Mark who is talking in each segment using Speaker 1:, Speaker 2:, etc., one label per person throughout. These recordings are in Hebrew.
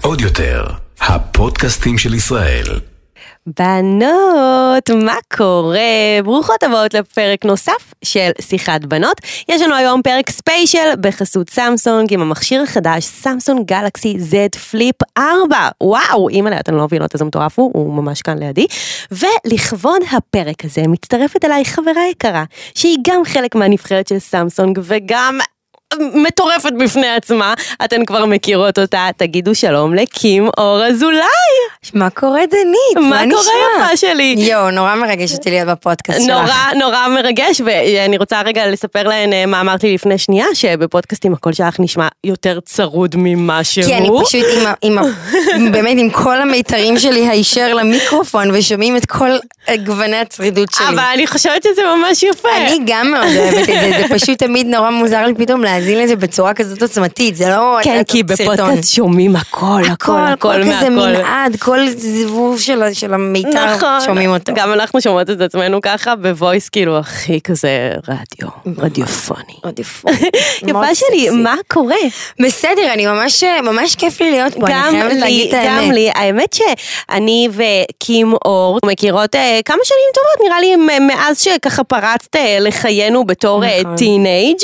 Speaker 1: עוד יותר, הפודקאסטים של ישראל.
Speaker 2: בנות, מה קורה? ברוכות הבאות לפרק נוסף של שיחת בנות. יש לנו היום פרק ספיישל בחסות סמסונג עם המכשיר החדש, סמסונג גלקסי Z פליפ 4. וואו, אימא'לה, אתן לא מבינות איזה מטורף הוא, הוא ממש כאן לידי. ולכבוד הפרק הזה מצטרפת אליי חברה יקרה, שהיא גם חלק מהנבחרת של סמסונג וגם... מטורפת בפני עצמה, אתן כבר מכירות אותה, תגידו שלום לקים אור אזולאי.
Speaker 3: מה קורה דנית?
Speaker 2: מה קורה
Speaker 3: נשמע?
Speaker 2: יפה שלי?
Speaker 3: יואו, נורא מרגש אותי להיות בפודקאסט שלך.
Speaker 2: נורא נורא מרגש, ואני רוצה רגע לספר להן אה, מה אמרתי לפני שנייה, שבפודקאסטים הקול שלך נשמע יותר צרוד ממה שהוא.
Speaker 3: כי אני פשוט עם, ה- עם, ה- באמת עם כל המיתרים שלי הישר למיקרופון ושומעים את כל גווני הצרידות שלי.
Speaker 2: אבל אני חושבת שזה ממש יפה.
Speaker 3: אני גם מאוד אוהבת את זה, זה פשוט תמיד נורא מוזר לי פתאום להאזין לזה בצורה כזאת עוצמתית, זה לא...
Speaker 2: כן,
Speaker 3: את-
Speaker 2: כי
Speaker 3: סרטון.
Speaker 2: בפודקאסט שומעים הכל, הכל, הכל
Speaker 3: כזה
Speaker 2: מהכל.
Speaker 3: מנעד, כל זיבוב של ה- של המיתר,
Speaker 2: נכון,
Speaker 3: שומעים אותו.
Speaker 2: גם אנחנו שומעות את עצמנו ככה בוויס כאילו הכי כזה רדיו, רדיופוני.
Speaker 3: עוד יפה. מאוד
Speaker 2: יפה שלי,
Speaker 3: סקסי.
Speaker 2: מה קורה?
Speaker 3: בסדר, אני ממש, ממש כיף לי להיות פה, אני
Speaker 2: גם
Speaker 3: חייבת
Speaker 2: לי,
Speaker 3: להגיד את האמת.
Speaker 2: גם לי, האמת שאני וקים אור מכירות אה, כמה שנים טובות, נראה לי מ- מאז שככה פרצת אה, לחיינו בתור
Speaker 3: נכון.
Speaker 2: טינאייג'.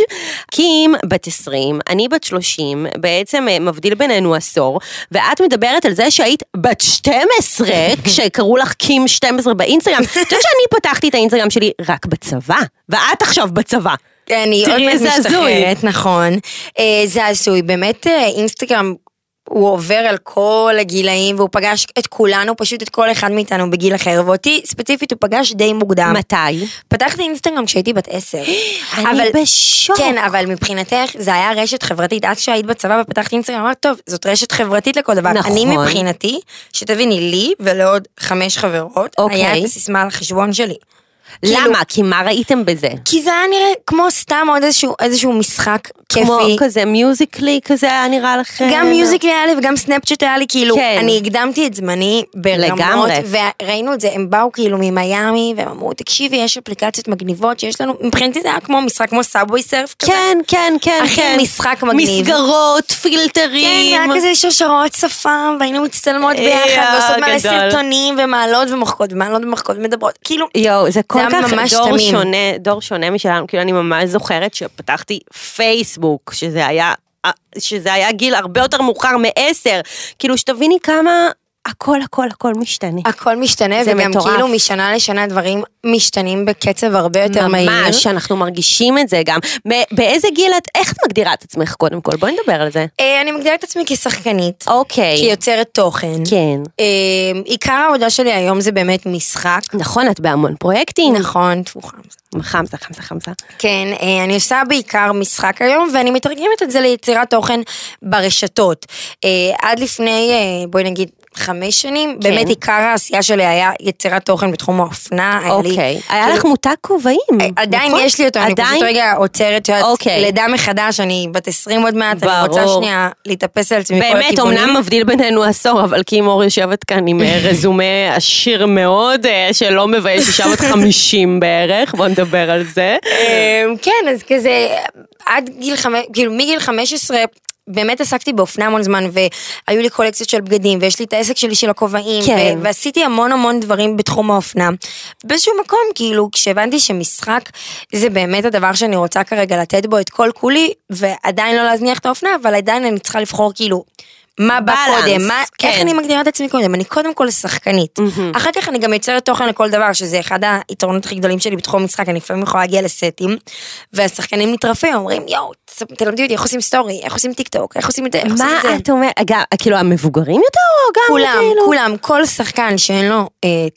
Speaker 2: קים בת 20, אני בת 30, בעצם אה, מבדיל בינינו עשור, ואת מדברת על זה שהיית בת 12, כשקראו לך קים 12 באינסטגרם. את יודעת שאני פתחתי את האינסטגרם שלי רק בצבא, ואת עכשיו בצבא.
Speaker 3: אני עוד
Speaker 2: תראי,
Speaker 3: מעט
Speaker 2: זה הזוי.
Speaker 3: משתחררת, נכון. אה, זה הזוי, באמת אה, אינסטגרם... הוא עובר על כל הגילאים והוא פגש את כולנו, פשוט את כל אחד מאיתנו בגיל אחר, ואותי ספציפית הוא פגש די מוקדם.
Speaker 2: מתי?
Speaker 3: פתחתי אינסטגרם כשהייתי בת עשר.
Speaker 2: אני בשוק.
Speaker 3: כן, אבל מבחינתך זה היה רשת חברתית. את כשהיית בצבא ופתחת אינסטגרם, אמרת, טוב, זאת רשת חברתית לכל דבר.
Speaker 2: נכון.
Speaker 3: אני מבחינתי, שתביני, לי ולעוד חמש חברות,
Speaker 2: אוקיי.
Speaker 3: היה את הסיסמה על החשבון שלי. כאילו-
Speaker 2: למה? כי מה ראיתם בזה?
Speaker 3: כי זה היה נראה כמו סתם עוד איזשהו, איזשהו משחק כיפי.
Speaker 2: כמו כזה מיוזיקלי כזה היה נראה לכם?
Speaker 3: גם מיוזיק היה לי וגם סנאפצ'אט היה לי, כאילו,
Speaker 2: כן.
Speaker 3: אני הקדמתי את זמני ברמות,
Speaker 2: לגמרי.
Speaker 3: וראינו את זה, הם באו כאילו ממיאמי, והם אמרו, תקשיבי, יש אפליקציות מגניבות שיש לנו, מבחינתי זה היה כמו משחק, כמו סאבווי סרף כזה.
Speaker 2: כן, כן, כן,
Speaker 3: אחי,
Speaker 2: כן.
Speaker 3: משחק מגניב.
Speaker 2: מסגרות,
Speaker 3: כן,
Speaker 2: פילטרים.
Speaker 3: היה כזה שושרות שפם, והיינו מצטלמות ביחד,
Speaker 2: אה,
Speaker 3: ועושות מלא
Speaker 2: גדול.
Speaker 3: סרטונים, ומעלות ומוחקות, ומעלות ומוחקות ומדברות, כאילו,
Speaker 2: יואו, זה כל
Speaker 3: היה
Speaker 2: כך
Speaker 3: ממש
Speaker 2: דור
Speaker 3: תמים.
Speaker 2: שונה, דור שונה משלנו, כאילו אני ממש זוכרת שפתחתי פייסבוק, שזה היה, אה, שזה היה גיל הרבה יותר מאוחר מעשר, כאילו שתביני כמה הכל הכל הכל משתנה.
Speaker 3: הכל משתנה,
Speaker 2: זה
Speaker 3: וגם
Speaker 2: מטורף.
Speaker 3: כאילו משנה לשנה דברים משתנים בקצב הרבה יותר מהיר.
Speaker 2: ממש, אנחנו מרגישים את זה גם. מ- באיזה גיל את, איך את מגדירה את עצמך קודם כל? בואי נדבר על זה.
Speaker 3: אה, אני מגדירה את עצמי כשחקנית,
Speaker 2: אוקיי.
Speaker 3: כיוצרת תוכן.
Speaker 2: כן.
Speaker 3: אה, עיקר העבודה שלי היום זה באמת משחק.
Speaker 2: נכון, את בהמון פרויקטים.
Speaker 3: נכון, תפוחה.
Speaker 2: חמסה, חמסה, חמסה.
Speaker 3: כן, אה, אני עושה בעיקר משחק היום, ואני מתרגמת את זה ליצירת תוכן ברשתות. אה, עד לפני, אה, בואי נגיד, חמש שנים,
Speaker 2: כן.
Speaker 3: באמת עיקר העשייה שלי היה יצירת תוכן בתחום האופנה. היה לי-
Speaker 2: אוקיי. היה
Speaker 3: כאילו,
Speaker 2: לך מותג כובעים.
Speaker 3: עדיין
Speaker 2: נכון?
Speaker 3: יש לי אותו, אני פשוט
Speaker 2: עדיין?
Speaker 3: רגע עוצרת, שאת
Speaker 2: אוקיי.
Speaker 3: לידה מחדש, אני בת 20 עוד מעט, אני רוצה
Speaker 2: ברור.
Speaker 3: שנייה להתאפס על עצמי כל
Speaker 2: באמת,
Speaker 3: הכיוונים.
Speaker 2: אמנם מבדיל בינינו עשור, אבל כי מור יושבת כאן עם אה, רזומה עשיר מאוד, אה, שלא מבייש אישה בת 50 בערך, בוא נדבר על זה.
Speaker 3: אמ, כן, אז כזה, עד גיל חמש, כאילו מגיל 15, באמת עסקתי באופנה המון זמן, והיו לי קולקציות של בגדים, ויש לי את העסק שלי של הכובעים,
Speaker 2: כן.
Speaker 3: ו- ועשיתי המון המון דברים בתחום האופנה. באיזשהו מקום, כאילו, כשהבנתי שמשחק זה באמת הדבר שאני רוצה כרגע לתת בו את כל כולי, ועדיין לא להזניח את האופנה, אבל עדיין אני צריכה לבחור כאילו... מה בא
Speaker 2: בלנס,
Speaker 3: קודם, מה,
Speaker 2: כן.
Speaker 3: איך אני מגדירה את עצמי קודם, אני קודם כל שחקנית, אחר כך אני גם יוצרת תוכן לכל דבר, שזה אחד היתרונות הכי גדולים שלי בתחום המשחק, אני לפעמים יכולה להגיע לסטים, והשחקנים נטרפים, אומרים יואו, ת- תלמדי אותי איך עושים סטורי, איך עושים טיק טוק, איך עושים את זה, איך עושים את זה.
Speaker 2: מה את אומרת? אגב, כאילו המבוגרים יותר או גם
Speaker 3: כולם,
Speaker 2: כאילו?
Speaker 3: כולם, כל שחקן שאין לו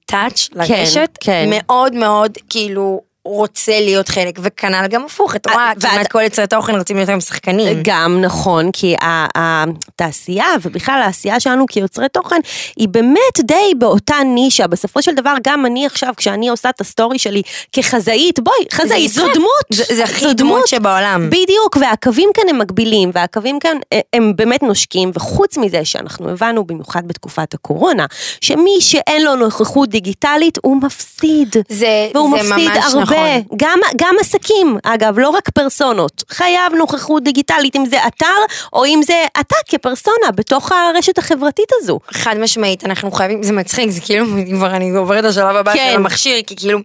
Speaker 3: טאץ' לרשת,
Speaker 2: כן.
Speaker 3: מאוד מאוד כאילו רוצה להיות חלק, וכנ"ל גם הפוך, את
Speaker 2: אה,
Speaker 3: רואה,
Speaker 2: ואת-
Speaker 3: כמעט כל יצרי תוכן רוצים להיות גם שחקנים.
Speaker 2: גם נכון, כי ה- התעשייה ובכלל העשייה שלנו כיוצרי תוכן היא באמת די באותה נישה. בסופו של דבר, גם אני עכשיו, כשאני עושה את הסטורי שלי כחזאית, בואי, חזאית זו
Speaker 3: משחק.
Speaker 2: דמות.
Speaker 3: זה- זה הכי
Speaker 2: זו
Speaker 3: דמות שבעולם.
Speaker 2: בדיוק, והקווים כאן הם מגבילים, והקווים כאן אה, הם באמת נושקים, וחוץ מזה שאנחנו הבנו, במיוחד בתקופת הקורונה, שמי שאין לו נוכחות דיגיטלית הוא מפסיד.
Speaker 3: זה,
Speaker 2: והוא
Speaker 3: זה
Speaker 2: מפסיד
Speaker 3: ממש
Speaker 2: הרבה
Speaker 3: נכון.
Speaker 2: גם, גם עסקים, אגב, לא רק פרסונות. חייב נוכחות דיגיטלית, אם זה אתר, או אם זה אתה כפרסונה בתוך הרשת החברתית הזו.
Speaker 3: חד משמעית, אנחנו חייבים, זה מצחיק, זה כאילו, כבר אני עוברת לשלב הבא
Speaker 2: כן.
Speaker 3: של המכשיר, כי כאילו,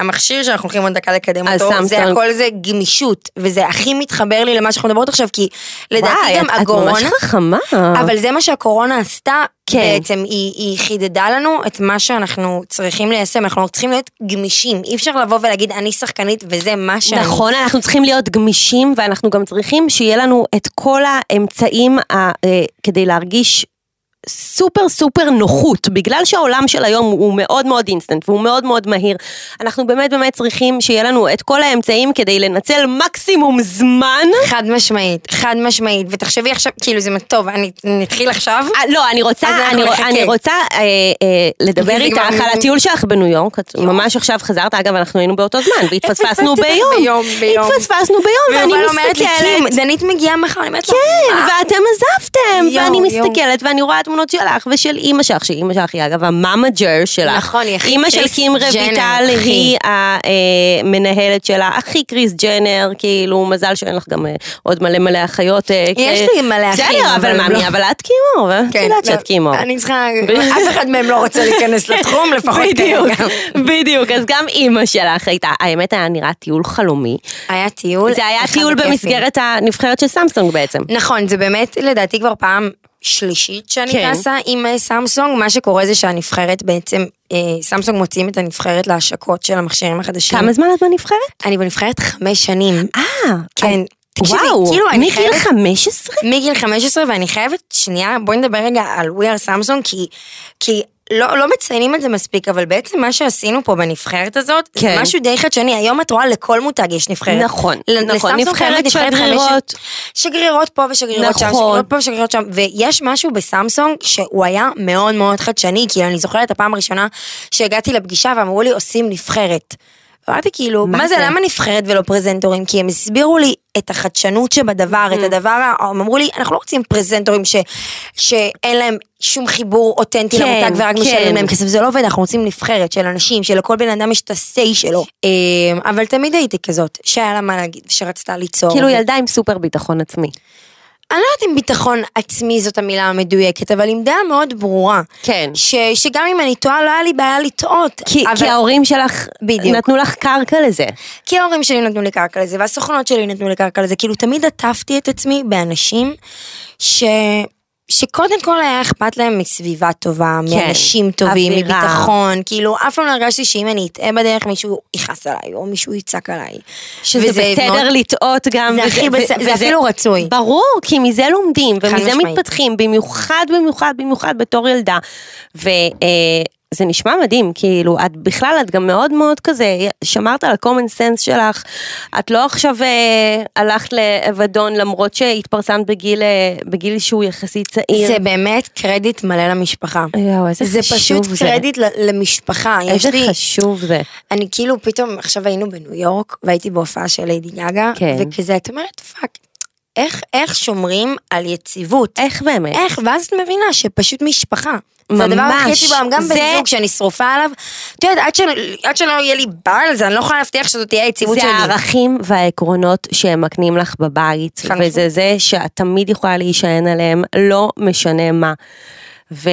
Speaker 3: המכשיר שאנחנו הולכים עוד דקה לקדם
Speaker 2: אז
Speaker 3: אותו, זה
Speaker 2: סמסונג.
Speaker 3: הכל זה גמישות, וזה הכי מתחבר לי למה שאנחנו מדברות עכשיו, כי לדעתי
Speaker 2: וואי,
Speaker 3: גם
Speaker 2: את- את
Speaker 3: הקורונה,
Speaker 2: ממש חכמה.
Speaker 3: אבל זה מה שהקורונה עשתה,
Speaker 2: כן.
Speaker 3: בעצם היא, היא חידדה לנו את מה שאנחנו צריכים ליישם, אנחנו צריכים להיות גמישים, אי אפשר לבוא ולהגיד אני שחקנית וזה מה שאני.
Speaker 2: נכון, אנחנו צריכים להיות גמישים, ואנחנו גם צריכים שיהיה לנו את כל האמצעים ה, אה, כדי להרגיש סופר סופר נוחות, בגלל שהעולם של היום הוא מאוד מאוד אינסטנט והוא מאוד מאוד מהיר. אנחנו באמת באמת צריכים שיהיה לנו את כל האמצעים כדי לנצל מקסימום זמן.
Speaker 3: חד משמעית, חד משמעית, ותחשבי עכשיו, כאילו זה טוב, אני נתחיל עכשיו.
Speaker 2: אה, לא, אני רוצה,
Speaker 3: אז אנחנו
Speaker 2: אני, רוא-
Speaker 3: נחכה.
Speaker 2: אני רוצה אה, אה, לדבר
Speaker 3: זה
Speaker 2: איתך
Speaker 3: גם-
Speaker 2: על הטיול שלך בניו יורק. את ממש עכשיו חזרת, אגב, אנחנו היינו באותו זמן, והתפספסנו ביום.
Speaker 3: ביום, ביום.
Speaker 2: התפססנו ביום, ואני
Speaker 3: ויובל אומרת לי,
Speaker 2: מסתכלת.
Speaker 3: "קים, דנית מגיעה מחר, אני אומרת לה, "אה,
Speaker 2: כן,
Speaker 3: "מה?"
Speaker 2: ואתם עזבתם,
Speaker 3: יואו,
Speaker 2: ואני
Speaker 3: יואו.
Speaker 2: מסתכלת ואני רואה תמונות שלך ושל אימא שלך, שאימא שלך היא אגב המאמג'ר שלך.
Speaker 3: נכון, היא הכי
Speaker 2: אימא של
Speaker 3: קריס
Speaker 2: קים
Speaker 3: ג'נר,
Speaker 2: רויטל
Speaker 3: הכי.
Speaker 2: היא המנהלת שלה, הכי קריס ג'נר, כאילו, מזל שאין לך גם אה, עוד מלא מלא אחיות. אה,
Speaker 3: יש
Speaker 2: כ-
Speaker 3: לי מלא אחים,
Speaker 2: בסדר, אבל
Speaker 3: אבל
Speaker 2: מה,
Speaker 3: לא.
Speaker 2: מי- אבל את קימו, ואת
Speaker 3: כן,
Speaker 2: יודעת
Speaker 3: לא,
Speaker 2: שאת קימו.
Speaker 3: אני צריכה, אף אחד מהם לא רוצה להיכנס לתחום, לפחות כן,
Speaker 2: בדיוק,
Speaker 3: כרגע.
Speaker 2: בדיוק, אז גם אימא שלך הייתה, האמת היה נראה טיול חלומי.
Speaker 3: היה טיול.
Speaker 2: זה היה
Speaker 3: אחד
Speaker 2: טיול
Speaker 3: הכיפים.
Speaker 2: במסגרת הנבחרת של סמסונג בעצם.
Speaker 3: נכון, זה באמת לדעתי כבר פעם שלישית שאני
Speaker 2: כן.
Speaker 3: טסה עם אה, סמסונג, מה שקורה זה שהנבחרת בעצם, אה, סמסונג מוציאים את הנבחרת להשקות של המכשירים החדשים.
Speaker 2: כמה זמן את בנבחרת?
Speaker 3: אני בנבחרת חמש שנים.
Speaker 2: אה,
Speaker 3: כן. תקשיבי,
Speaker 2: וואו,
Speaker 3: כאילו אני
Speaker 2: מגיל
Speaker 3: חייבת
Speaker 2: 15?
Speaker 3: מגיל 15, ואני חייבת, שנייה, בואי נדבר רגע על We are Samsung, כי, כי לא, לא מציינים את זה מספיק, אבל בעצם מה שעשינו פה בנבחרת הזאת, כן.
Speaker 2: כן.
Speaker 3: זה משהו די חדשני. היום את רואה לכל מותג יש נבחרת.
Speaker 2: נכון,
Speaker 3: ל-
Speaker 2: נכון,
Speaker 3: לסמסונג
Speaker 2: נבחרת
Speaker 3: קיימת חמש-
Speaker 2: שגרירות.
Speaker 3: שגרירות פה ושגרירות שם,
Speaker 2: נכון.
Speaker 3: שגרירות פה ושגרירות שם, ויש משהו בסמסונג שהוא היה מאוד מאוד חדשני, כי אני זוכרת את הפעם הראשונה שהגעתי לפגישה ואמרו לי, עושים נבחרת. אמרתי כאילו,
Speaker 2: מה
Speaker 3: מה זה,
Speaker 2: זה?
Speaker 3: למה נבחרת ולא פרזנטורים? כי הם הסבירו לי את החדשנות שבדבר,
Speaker 2: Mm.
Speaker 3: את הדבר, ה- הם אמרו לי, אנחנו לא רוצים פרזנטורים ש, שאין להם שום חיבור אותנטי
Speaker 2: כן,
Speaker 3: למותג ורק
Speaker 2: כן.
Speaker 3: משלמים להם כסף, זה לא עובד, אנחנו רוצים נבחרת של אנשים, שלכל בן אדם יש את ה-say שלו. אמ, אבל תמיד הייתי כזאת, שהיה לה מה להגיד, שרצתה ליצור.
Speaker 2: כאילו ילדה עם סופר ביטחון עצמי.
Speaker 3: אני לא יודעת אם ביטחון עצמי זאת המילה המדויקת, אבל עם דעה מאוד ברורה.
Speaker 2: כן.
Speaker 3: ש, שגם אם אני טועה, לא היה לי בעיה לטעות.
Speaker 2: כי
Speaker 3: אבל...
Speaker 2: כי ההורים שלך
Speaker 3: בדיוק.
Speaker 2: נתנו לך קרקע לזה.
Speaker 3: כי ההורים שלי נתנו לי קרקע לזה, והסוכנות שלי נתנו לי קרקע לזה. כאילו, תמיד עטפתי את עצמי באנשים ש... שקודם כל היה אכפת להם מסביבה טובה,
Speaker 2: כן,
Speaker 3: מאנשים טובים,
Speaker 2: אווירה.
Speaker 3: מביטחון, כאילו אף פעם לא הרגשתי שאם אני אטעה בדרך מישהו יכעס עליי, או מישהו יצעק עליי.
Speaker 2: שזה
Speaker 3: וזה
Speaker 2: בסדר
Speaker 3: מאוד-
Speaker 2: לטעות גם.
Speaker 3: זה
Speaker 2: וזה-
Speaker 3: הכי
Speaker 2: ו-
Speaker 3: בסדר, זה
Speaker 2: וזה-
Speaker 3: אפילו רצוי.
Speaker 2: ברור, כי מזה לומדים, ומזה
Speaker 3: משמעית.
Speaker 2: מתפתחים, במיוחד, במיוחד, במיוחד בתור ילדה. ו... אה, זה נשמע מדהים, כאילו, את בכלל, את גם מאוד מאוד כזה, שמרת על ה-common sense שלך, את לא עכשיו אה, הלכת לאבדון למרות שהתפרסמת בגיל, אה, בגיל שהוא יחסית צעיר.
Speaker 3: זה באמת קרדיט מלא למשפחה.
Speaker 2: יואו, איזה
Speaker 3: זה
Speaker 2: חשוב
Speaker 3: פשוט
Speaker 2: זה.
Speaker 3: קרדיט ל- למשפחה. יש
Speaker 2: איזה
Speaker 3: לי,
Speaker 2: חשוב זה.
Speaker 3: אני כאילו פתאום, עכשיו היינו בניו יורק, והייתי בהופעה של ליידי גאגה,
Speaker 2: כן.
Speaker 3: וכזה, את אומרת, פאק, איך, איך שומרים על יציבות?
Speaker 2: איך באמת?
Speaker 3: איך? ואז את מבינה שפשוט משפחה. זה הדבר
Speaker 2: ממש.
Speaker 3: הכי יציב בעולם, גם בן
Speaker 2: זה-
Speaker 3: זוג שאני שרופה עליו. את יודעת, עד, שלא- עד שלא יהיה לי בעל, זה אני לא יכולה להבטיח שזאת תהיה היציבות שלי.
Speaker 2: זה הערכים והעקרונות שהם מקנים לך בבית,
Speaker 3: חד משמעית.
Speaker 2: וזה זה שאת תמיד יכולה להישען עליהם, לא משנה מה. ו-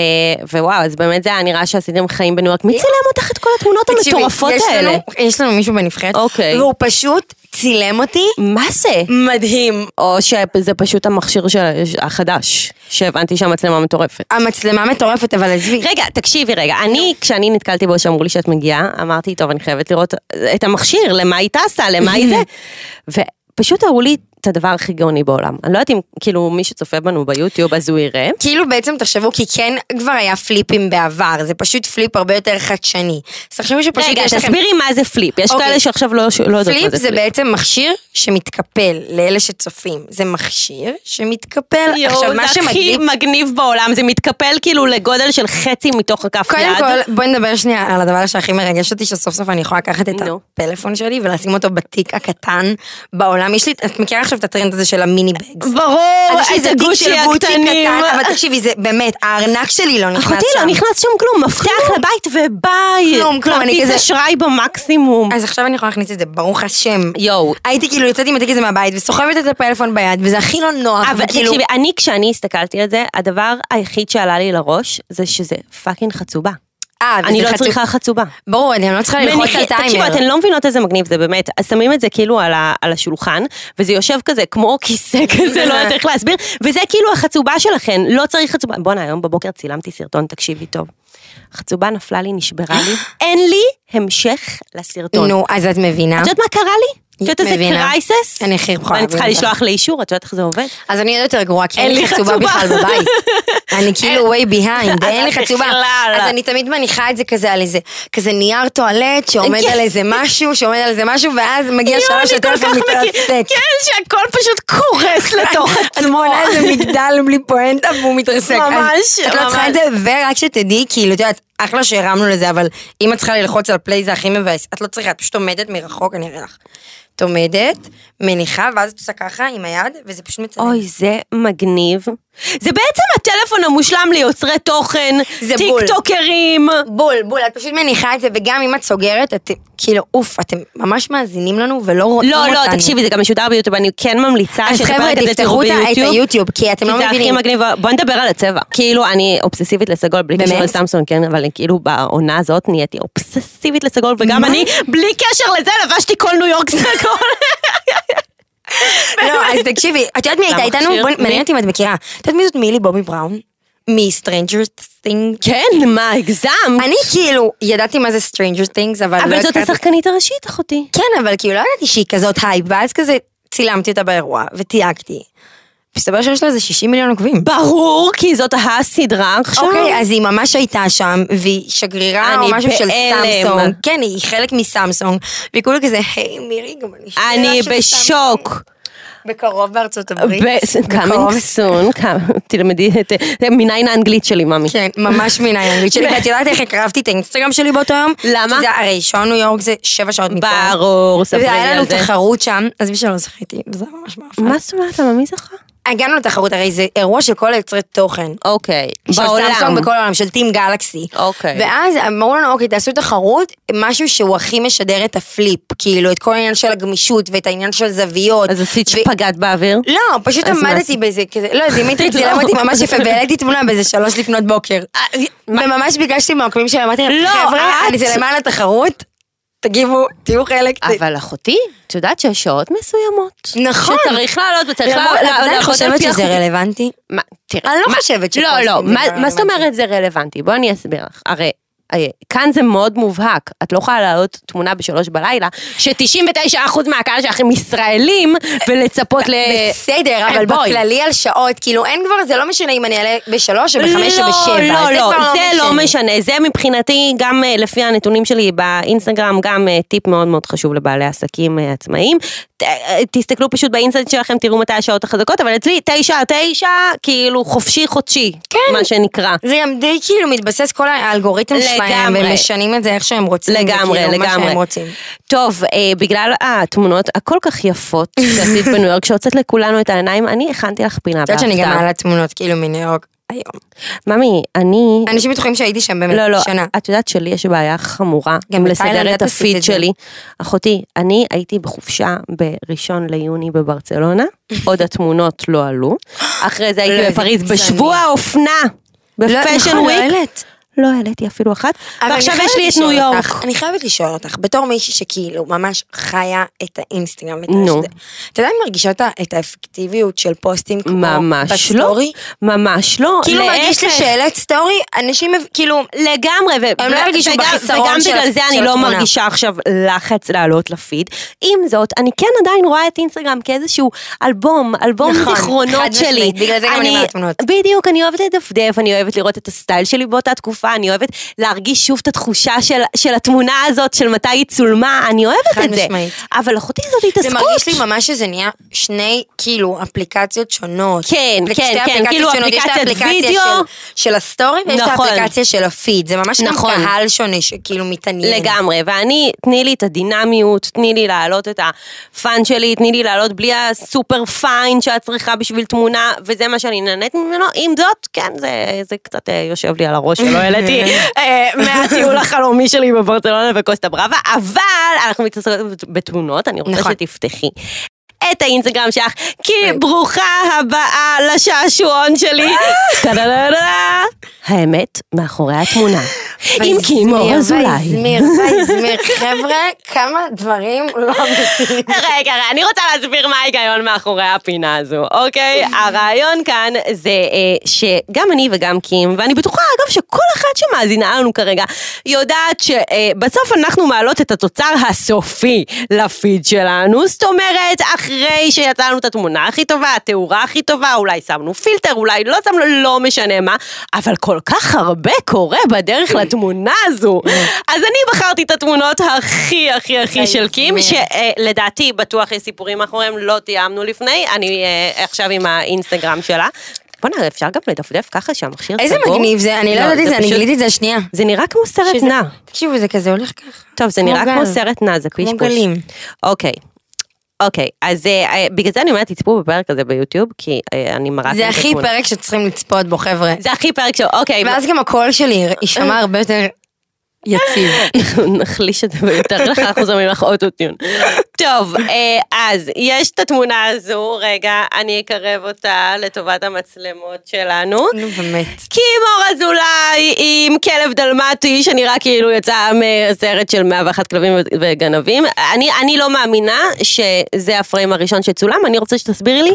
Speaker 2: ווואו, אז באמת זה היה נראה שעשיתם חיים בניו יורק. מי צילם אותך את כל התמונות
Speaker 3: תקשיבי,
Speaker 2: המטורפות
Speaker 3: יש לנו-
Speaker 2: האלה?
Speaker 3: יש לנו מישהו בנבחרת,
Speaker 2: אוקיי.
Speaker 3: והוא פשוט צילם אותי
Speaker 2: מה זה?
Speaker 3: מדהים.
Speaker 2: או שזה פשוט המכשיר של- החדש, שהבנתי שהמצלמה מטורפת.
Speaker 3: המצלמה מטורפת, אבל עזבי.
Speaker 2: רגע, תקשיבי רגע, אני, כשאני נתקלתי בו שאמרו לי שאת מגיעה, אמרתי, טוב, אני חייבת לראות את המכשיר, למה היא טסה, למה היא זה. ופשוט אמרו לי את הדבר הכי גאוני בעולם. אני לא יודעת אם, כאילו, מי שצופה בנו ביוטיוב, אז הוא יראה.
Speaker 3: כאילו בעצם תחשבו, כי כן כבר היה פליפים בעבר, זה פשוט פליפ הרבה יותר חדשני. אז תחשבו שפשוט
Speaker 2: רגע,
Speaker 3: יש לכם...
Speaker 2: תסבירי מה זה פליפ, יש
Speaker 3: אוקיי.
Speaker 2: כאלה שעכשיו לא לא יודעות מה זה
Speaker 3: פליפ
Speaker 2: פליפ.
Speaker 3: זה בעצם מכשיר שמתקפל לאלה שצופים. זה מכשיר שמתקפל. עכשיו,
Speaker 2: יואו,
Speaker 3: מה
Speaker 2: זה הכי
Speaker 3: שמגניב...
Speaker 2: מגניב בעולם, זה מתקפל כאילו לגודל של חצי מתוך הכף יד.
Speaker 3: קודם כל, בואי נדבר שנייה על הדבר שהכי מרגש אותי, שסוף סוף אני יכולה לקחת את
Speaker 2: נו.
Speaker 3: הפלאפון שלי ולשים אותו בתיק הקטן בעולם. יש לי, את מכירה עכשיו עכשיו את הטרנד הזה של המיני בגס.
Speaker 2: ברור,
Speaker 3: אז יש לי איזה
Speaker 2: לא, את
Speaker 3: תיק של
Speaker 2: הגושי
Speaker 3: גוצ'י
Speaker 2: הקטנים.
Speaker 3: קטן, אבל תקשיבי, זה באמת, הארנק שלי לא נכנס שם.
Speaker 2: אחותי לא נכנס שום כלום, מפתח לבית וביי.
Speaker 3: כלום, כלום, אני
Speaker 2: כרטיס
Speaker 3: כזה-
Speaker 2: אשראי במקסימום.
Speaker 3: אז עכשיו אני יכולה להכניס את זה, ברוך השם.
Speaker 2: יואו.
Speaker 3: הייתי כאילו, יוצאת עם התיק הזה מהבית, וסוחבת את הפלאפון ביד, וזה הכי לא נוח.
Speaker 2: אבל
Speaker 3: וכאילו-
Speaker 2: תקשיבי, אני כשאני הסתכלתי על זה, הדבר היחיד שעלה לי לראש זה שזה פאקינג חצובה.
Speaker 3: אה, וזה
Speaker 2: אני לא
Speaker 3: חצוף.
Speaker 2: צריכה חצובה.
Speaker 3: ברור, אני לא צריכה ללחוץ
Speaker 2: מניחים-
Speaker 3: על טיימר.
Speaker 2: תקשיבו, אתן לא מבינות איזה מגניב זה באמת. אז שמים את זה כאילו על, ה, על השולחן, וזה יושב כזה כמו כיסא כזה, לא יודעת איך להסביר, וזה כאילו החצובה שלכן, לא צריך חצובה. בואנה, היום בבוקר צילמתי סרטון, תקשיבי טוב. החצובה נפלה לי, נשברה לי, אין לי המשך לסרטון.
Speaker 3: נו, אז את מבינה.
Speaker 2: את יודעת מה קרה לי? את יודעת איזה
Speaker 3: מבינה.
Speaker 2: קרייסס?
Speaker 3: אני הכי יכולה
Speaker 2: ואני צריכה
Speaker 3: להבין אותך.
Speaker 2: לשלוח לאישור, את יודעת איך זה עובד?
Speaker 3: אז אני עוד יותר גרועה, כי
Speaker 2: אין
Speaker 3: אין לי
Speaker 2: לי
Speaker 3: חצובה
Speaker 2: חצובה.
Speaker 3: בכלל בבית. אני כאילו way behind, אין לי
Speaker 2: בכלל. לא.
Speaker 3: חצובה. אז אני תמיד מניחה את זה כזה על איזה, כזה נייר טואלט שעומד
Speaker 2: כן.
Speaker 3: על איזה משהו, שעומד על איזה משהו, ואז מגיע
Speaker 2: יואו,
Speaker 3: שלב
Speaker 2: אני כל
Speaker 3: שהטלפון
Speaker 2: כך מכיר-
Speaker 3: מתרסק.
Speaker 2: כן, שהכל פשוט קורס לתוך
Speaker 3: את
Speaker 2: עצמו.
Speaker 3: קונה איזה מגדל בלי פואנטה והוא מתרסק. אז
Speaker 2: ממש,
Speaker 3: את לא צריכה את
Speaker 2: ממש.
Speaker 3: זה, ורק שתדעי, כאילו, את יודעת, אחלה שהרמנו לזה, אבל אם את צריכה ללחוץ על פליי זה הכי מבאס. את לא צריכה, את פשוט עומדת מרחוק, אני אראה לך. את עומדת, מניחה, ואז את עושה ככה עם היד, וזה פשוט מצלם.
Speaker 2: אוי, זה מגניב. זה בעצם הטלפון המושלם ליוצרי תוכן,
Speaker 3: זה
Speaker 2: טיק
Speaker 3: בול.
Speaker 2: טוקרים.
Speaker 3: בול, בול, את פשוט מניחה את זה, וגם אם את סוגרת, את כאילו, אוף, אתם ממש מאזינים לנו ולא רואים
Speaker 2: לא,
Speaker 3: אותנו.
Speaker 2: לא, תקשיבי, זה גם משודר ביוטיוב, אני כן ממליצה
Speaker 3: אז
Speaker 2: שאת
Speaker 3: חבר'ה,
Speaker 2: הפרק הזה תראו
Speaker 3: תפתחו את ה- את
Speaker 2: ביוטיוב.
Speaker 3: היוטיוב, כי אתם לא
Speaker 2: כי זה הכי
Speaker 3: מבינים.
Speaker 2: מגניב, בוא נדבר על הצבע. כאילו, אני אובססיבית לסגול, בלי קשר
Speaker 3: באמת?
Speaker 2: לסמסונג, כן, אבל כאילו בעונה הזאת נהייתי אובססיבית לסגול, וגם אני, בלי קשר לזה, לבשתי כל ניו יורק סגול.
Speaker 3: לא, אז תקשיבי, את יודעת מי הייתה
Speaker 2: למה
Speaker 3: איתנו?
Speaker 2: מכשיר?
Speaker 3: בואי,
Speaker 2: מי?
Speaker 3: מעניין אותי אם את מכירה. את יודעת מי זאת מילי בובי בראון? מ-Stranger Things?
Speaker 2: כן, מה, הגזמת?
Speaker 3: אני כאילו, ידעתי מה זה Stranger Things, אבל לא
Speaker 2: אבל זאת
Speaker 3: הכרתי-
Speaker 2: השחקנית הראשית, אחותי.
Speaker 3: כן, אבל כאילו לא ידעתי שהיא כזאת הייפ, ואז כזה צילמתי אותה באירוע, ותייגתי. מסתבר שיש לה איזה 60 מיליון עוקבים.
Speaker 2: ברור, כי זאת הסדרה עכשיו.
Speaker 3: אוקיי, אז היא ממש הייתה שם, והיא שגרירה או
Speaker 2: אני
Speaker 3: משהו של
Speaker 2: בהלם.
Speaker 3: סמסונג. כן, היא חלק מסמסונג, והיא כולה כזה, היי מירי, גם אני שגרירה
Speaker 2: אני
Speaker 3: של
Speaker 2: בשוק.
Speaker 3: סמסונג." בקרוב בארצות הברית. בקרוב.
Speaker 2: קאמינג סון, תלמדי את אה, מניין האנגלית שלי, ממי.
Speaker 3: כן, ממש מן האנגלית שלי, ואת יודעת איך הקרבתי את האינסטגרם שלי באותו יום?
Speaker 2: למה?
Speaker 3: כי זה הרי שעון ניו יורק זה שבע שעות מפה.
Speaker 2: ברור, ספרי לי
Speaker 3: והיה לנו
Speaker 2: על זה.
Speaker 3: תחרות שם, אז מי שלא זכיתי, זה ממש מאפן.
Speaker 2: מה זאת אומרת? למה מי זכה?
Speaker 3: הגענו לתחרות, הרי זה אירוע של כל היוצרי תוכן.
Speaker 2: אוקיי,
Speaker 3: של
Speaker 2: בעולם.
Speaker 3: סמסונג בכל העולם, של טים גלקסי.
Speaker 2: אוקיי.
Speaker 3: ואז אמרו לנו, אוקיי, תעשו תחרות, משהו שהוא הכי משדר את הפליפ, כאילו, את כל העניין של הגמישות ואת העניין של זוויות.
Speaker 2: אז עשית
Speaker 3: ו-
Speaker 2: שפגעת באוויר?
Speaker 3: לא, פשוט
Speaker 2: אז מה
Speaker 3: עמדתי
Speaker 2: עשית?
Speaker 3: בזה, כזה, לא, דימיטרי צילם
Speaker 2: לא.
Speaker 3: אותי ממש יפה, והעליתי תמונה באיזה שלוש לפנות בוקר.
Speaker 2: אה,
Speaker 3: וממש ביקשתי מהעוקבים שלי, אמרתי להם,
Speaker 2: לא,
Speaker 3: חבר'ה,
Speaker 2: את-
Speaker 3: אני זה למען התחרות, תגיבו, תהיו חלק. ת-
Speaker 2: אבל אחותי, את יודעת שיש שעות מסוימות.
Speaker 3: נכון.
Speaker 2: שצריך לעלות וצריך
Speaker 3: למרות-
Speaker 2: לעבוד
Speaker 3: את עדיין חושבת
Speaker 2: על פי
Speaker 3: שזה
Speaker 2: החוקים.
Speaker 3: רלוונטי?
Speaker 2: מה, תראה,
Speaker 3: אני לא
Speaker 2: מה-
Speaker 3: חושבת
Speaker 2: לא,
Speaker 3: שפוסטים
Speaker 2: לא,
Speaker 3: זה
Speaker 2: מה-
Speaker 3: דבר
Speaker 2: מה זאת אומרת זה רלוונטי? בואי אני אסביר לך. הרי... אה, כאן זה מאוד מובהק, את לא יכולה להעלות תמונה בשלוש בלילה, ש-99% מהקהל שלך הם ישראלים, ולצפות ל...
Speaker 3: בסדר,
Speaker 2: אה,
Speaker 3: אבל
Speaker 2: בואי.
Speaker 3: בכללי על שעות, כאילו אין כבר, זה לא משנה אם אני אעלה בשלוש או בחמש או בשבע.
Speaker 2: לא,
Speaker 3: זה
Speaker 2: לא,
Speaker 3: כבר
Speaker 2: לא, זה לא משנה. זה מבחינתי, גם אה, לפי הנתונים שלי באינסטגרם, גם אה, טיפ מאוד מאוד חשוב לבעלי עסקים אה, עצמאיים. ת- אה, תסתכלו פשוט באינסטגרם שלכם, תראו מתי השעות החזקות, אבל אצלי תשע עד תשע, כאילו חופשי חודשי, מה שנקרא.
Speaker 3: זה גם די כאילו מתבסס כל האלגוריתם שלהם,
Speaker 2: לגמרי.
Speaker 3: והם משנים את זה איך שהם רוצים.
Speaker 2: לגמרי,
Speaker 3: וכאילו, מה
Speaker 2: לגמרי.
Speaker 3: שהם רוצים.
Speaker 2: טוב, אה, בגלל התמונות הכל כך יפות שעשית בניו יורק, שהוצאת לכולנו את העיניים, אני הכנתי לך פינה
Speaker 3: את יודעת שאני גם
Speaker 2: בהפתעה.
Speaker 3: מעלה תמונות כאילו מניו יורק היום.
Speaker 2: ממי, אני...
Speaker 3: אנשים בטוחים שהייתי שם באמת
Speaker 2: אוקיי. לא, לא,
Speaker 3: שנה.
Speaker 2: את יודעת שלי יש בעיה חמורה
Speaker 3: גם
Speaker 2: גם
Speaker 3: בתאילנד
Speaker 2: לסדר
Speaker 3: את
Speaker 2: את
Speaker 3: עשית את
Speaker 2: הפיד
Speaker 3: זה.
Speaker 2: שלי. אחותי, אני הייתי בחופשה בראשון ליוני בברצלונה, עוד התמונות לא עלו. אחרי זה
Speaker 3: לא,
Speaker 2: הייתי
Speaker 3: זה
Speaker 2: בפריז
Speaker 3: קיצוני.
Speaker 2: בשבוע האופנה,
Speaker 3: לא,
Speaker 2: בפאשן
Speaker 3: נכון, לא
Speaker 2: וויק.
Speaker 3: העלית.
Speaker 2: לא העליתי אפילו אחת,
Speaker 3: אבל אני
Speaker 2: ועכשיו
Speaker 3: חייבת
Speaker 2: יש לי את
Speaker 3: לשאול
Speaker 2: ניו יורק.
Speaker 3: אותך, אני חייבת לשאול אותך, בתור מישהי שכאילו ממש חיה את האינסטגרם. ואת
Speaker 2: נו.
Speaker 3: השדה, את יודעת, מרגישה את ה- את האפקטיביות של פוסטים כמו
Speaker 2: ממש לא,
Speaker 3: בסטורי?
Speaker 2: ממש לא,
Speaker 3: כאילו מרגיש לי
Speaker 2: להפך.
Speaker 3: שהעלית סטורי, אנשים מב- כאילו...
Speaker 2: לגמרי, ו-
Speaker 3: הם לא
Speaker 2: ו-
Speaker 3: ירגישו
Speaker 2: וגם-
Speaker 3: בחיסרון
Speaker 2: וגם
Speaker 3: של-
Speaker 2: בגלל זה
Speaker 3: של
Speaker 2: אני לא
Speaker 3: התמונה.
Speaker 2: מרגישה עכשיו לחץ לעלות לפיד. עם זאת, אני כן עדיין רואה את אינסטגרם כאיזשהו אלבום, אלבום
Speaker 3: נכון,
Speaker 2: זיכרונות
Speaker 3: חד משמעית.
Speaker 2: שלי.
Speaker 3: בגלל זה גם אני מעלה תמונות.
Speaker 2: בדיוק, אני אוהבת לדפדף, אני אוהבת לראות את הסטייל שלי באותה תקופה, חשופה, אני אוהבת להרגיש שוב את התחושה של, של התמונה הזאת, של מתי היא צולמה, אני אוהבת
Speaker 3: חד
Speaker 2: את זה.
Speaker 3: משמעית.
Speaker 2: אבל אחותי זאת
Speaker 3: זה
Speaker 2: התעסקות.
Speaker 3: מרגיש לי ממש שזה נהיה שני, כאילו, אפליקציות שונות.
Speaker 2: כן,
Speaker 3: זה
Speaker 2: כן,
Speaker 3: שתי
Speaker 2: כן,
Speaker 3: אפליקציות
Speaker 2: כאילו
Speaker 3: שונות. יש את
Speaker 2: אפליקציית
Speaker 3: האפליקציה
Speaker 2: וידאו.
Speaker 3: של- של הסטורי, ויש את
Speaker 2: נכון.
Speaker 3: האפליקציה של הפיד. זה ממש גם
Speaker 2: נכון.
Speaker 3: קהל שונה שכאילו מתעניין.
Speaker 2: לגמרי, ואני, תני לי את הדינמיות, תני לי להעלות את הפאן שלי, תני לי להעלות בלי הסופר פיין שאת צריכה בשביל תמונה, וזה מה שאני נהנית ממנו. עם זאת, כן, זה, זה קצת אה, יושב לי על הראש שלא העליתי אה, מהטיול החלומי שלי בברצלונה וקוסטה בראבה, אבל אנחנו מתעסקות בתמונות, אני רוצה
Speaker 3: נכון.
Speaker 2: שתפתחי. את האינסטגרם שלך, כי ברוכה הבאה לשעשועון שלי. טה-דה-דה-דה. האמת, מאחורי התמונה. עם קימור אזולאי.
Speaker 3: ואיזמיר, ואיזמיר, חבר'ה, כמה דברים לא אמיתיים.
Speaker 2: רגע, רגע, אני רוצה להסביר מה ההיגיון מאחורי הפינה הזו, אוקיי? הרעיון כאן זה אה, שגם אני וגם קים, ואני בטוחה, אגב, שכל אחת שמאזינה לנו כרגע, יודעת שבסוף אנחנו מעלות את התוצר הסופי לפיד שלנו, זאת אומרת, אחרי שיצאה לנו את התמונה הכי טובה, התאורה הכי טובה, אולי שמנו פילטר, אולי לא שמנו, לא משנה מה, אבל כל כך הרבה קורה בדרך לתמונה הזו. אז אני בחרתי את התמונות הכי הכי הכי של קים,
Speaker 3: באמת.
Speaker 2: ש... אה, לדעתי בטוח יש סיפורים מאחוריהם, לא תיאמנו לפני, אני אה, עכשיו עם האינסטגרם שלה. בוא'נה, אפשר גם לדפדף ככה שהמכשיר סגור?
Speaker 3: איזה מגניב זה, אני לא יודעת את זה, אני
Speaker 2: פשוט-
Speaker 3: גיליתי את זה השנייה.
Speaker 2: זה נראה כמו סרט
Speaker 3: שזה-
Speaker 2: נע.
Speaker 3: תקשיבו, זה כזה הולך ככה.
Speaker 2: טוב, זה
Speaker 3: כמו
Speaker 2: נראה כמו
Speaker 3: גל.
Speaker 2: סרט נע, זה קשקוש.
Speaker 3: גלים.
Speaker 2: אוקיי. אוקיי, אז אה, אה, בגלל זה אני אומרת, תצפו בפרק הזה ביוטיוב, כי אה, אני מראה...
Speaker 3: זה
Speaker 2: כאן את
Speaker 3: הכי
Speaker 2: התמונה.
Speaker 3: פרק שצריכים לצפות בו, חבר'ה.
Speaker 2: זה הכי פרק של... אוקיי,
Speaker 3: ואז גם הקול שלי יישמע הרבה יותר יציב.
Speaker 2: אנחנו נחליש את זה ויותר לך, אנחנו זמנים לך אוטוטיון. טוב, אה, אז יש את התמונה הזו, רגע, אני אקרב אותה לטובת המצלמות שלנו.
Speaker 3: נו, באמת.
Speaker 2: קימור אזולאי עם כלב דלמטי שנראה כאילו יצא מהסרט של 101 כלבים וגנבים. אני, אני לא מאמינה שזה הפריים הראשון שצולם, אני רוצה שתסבירי לי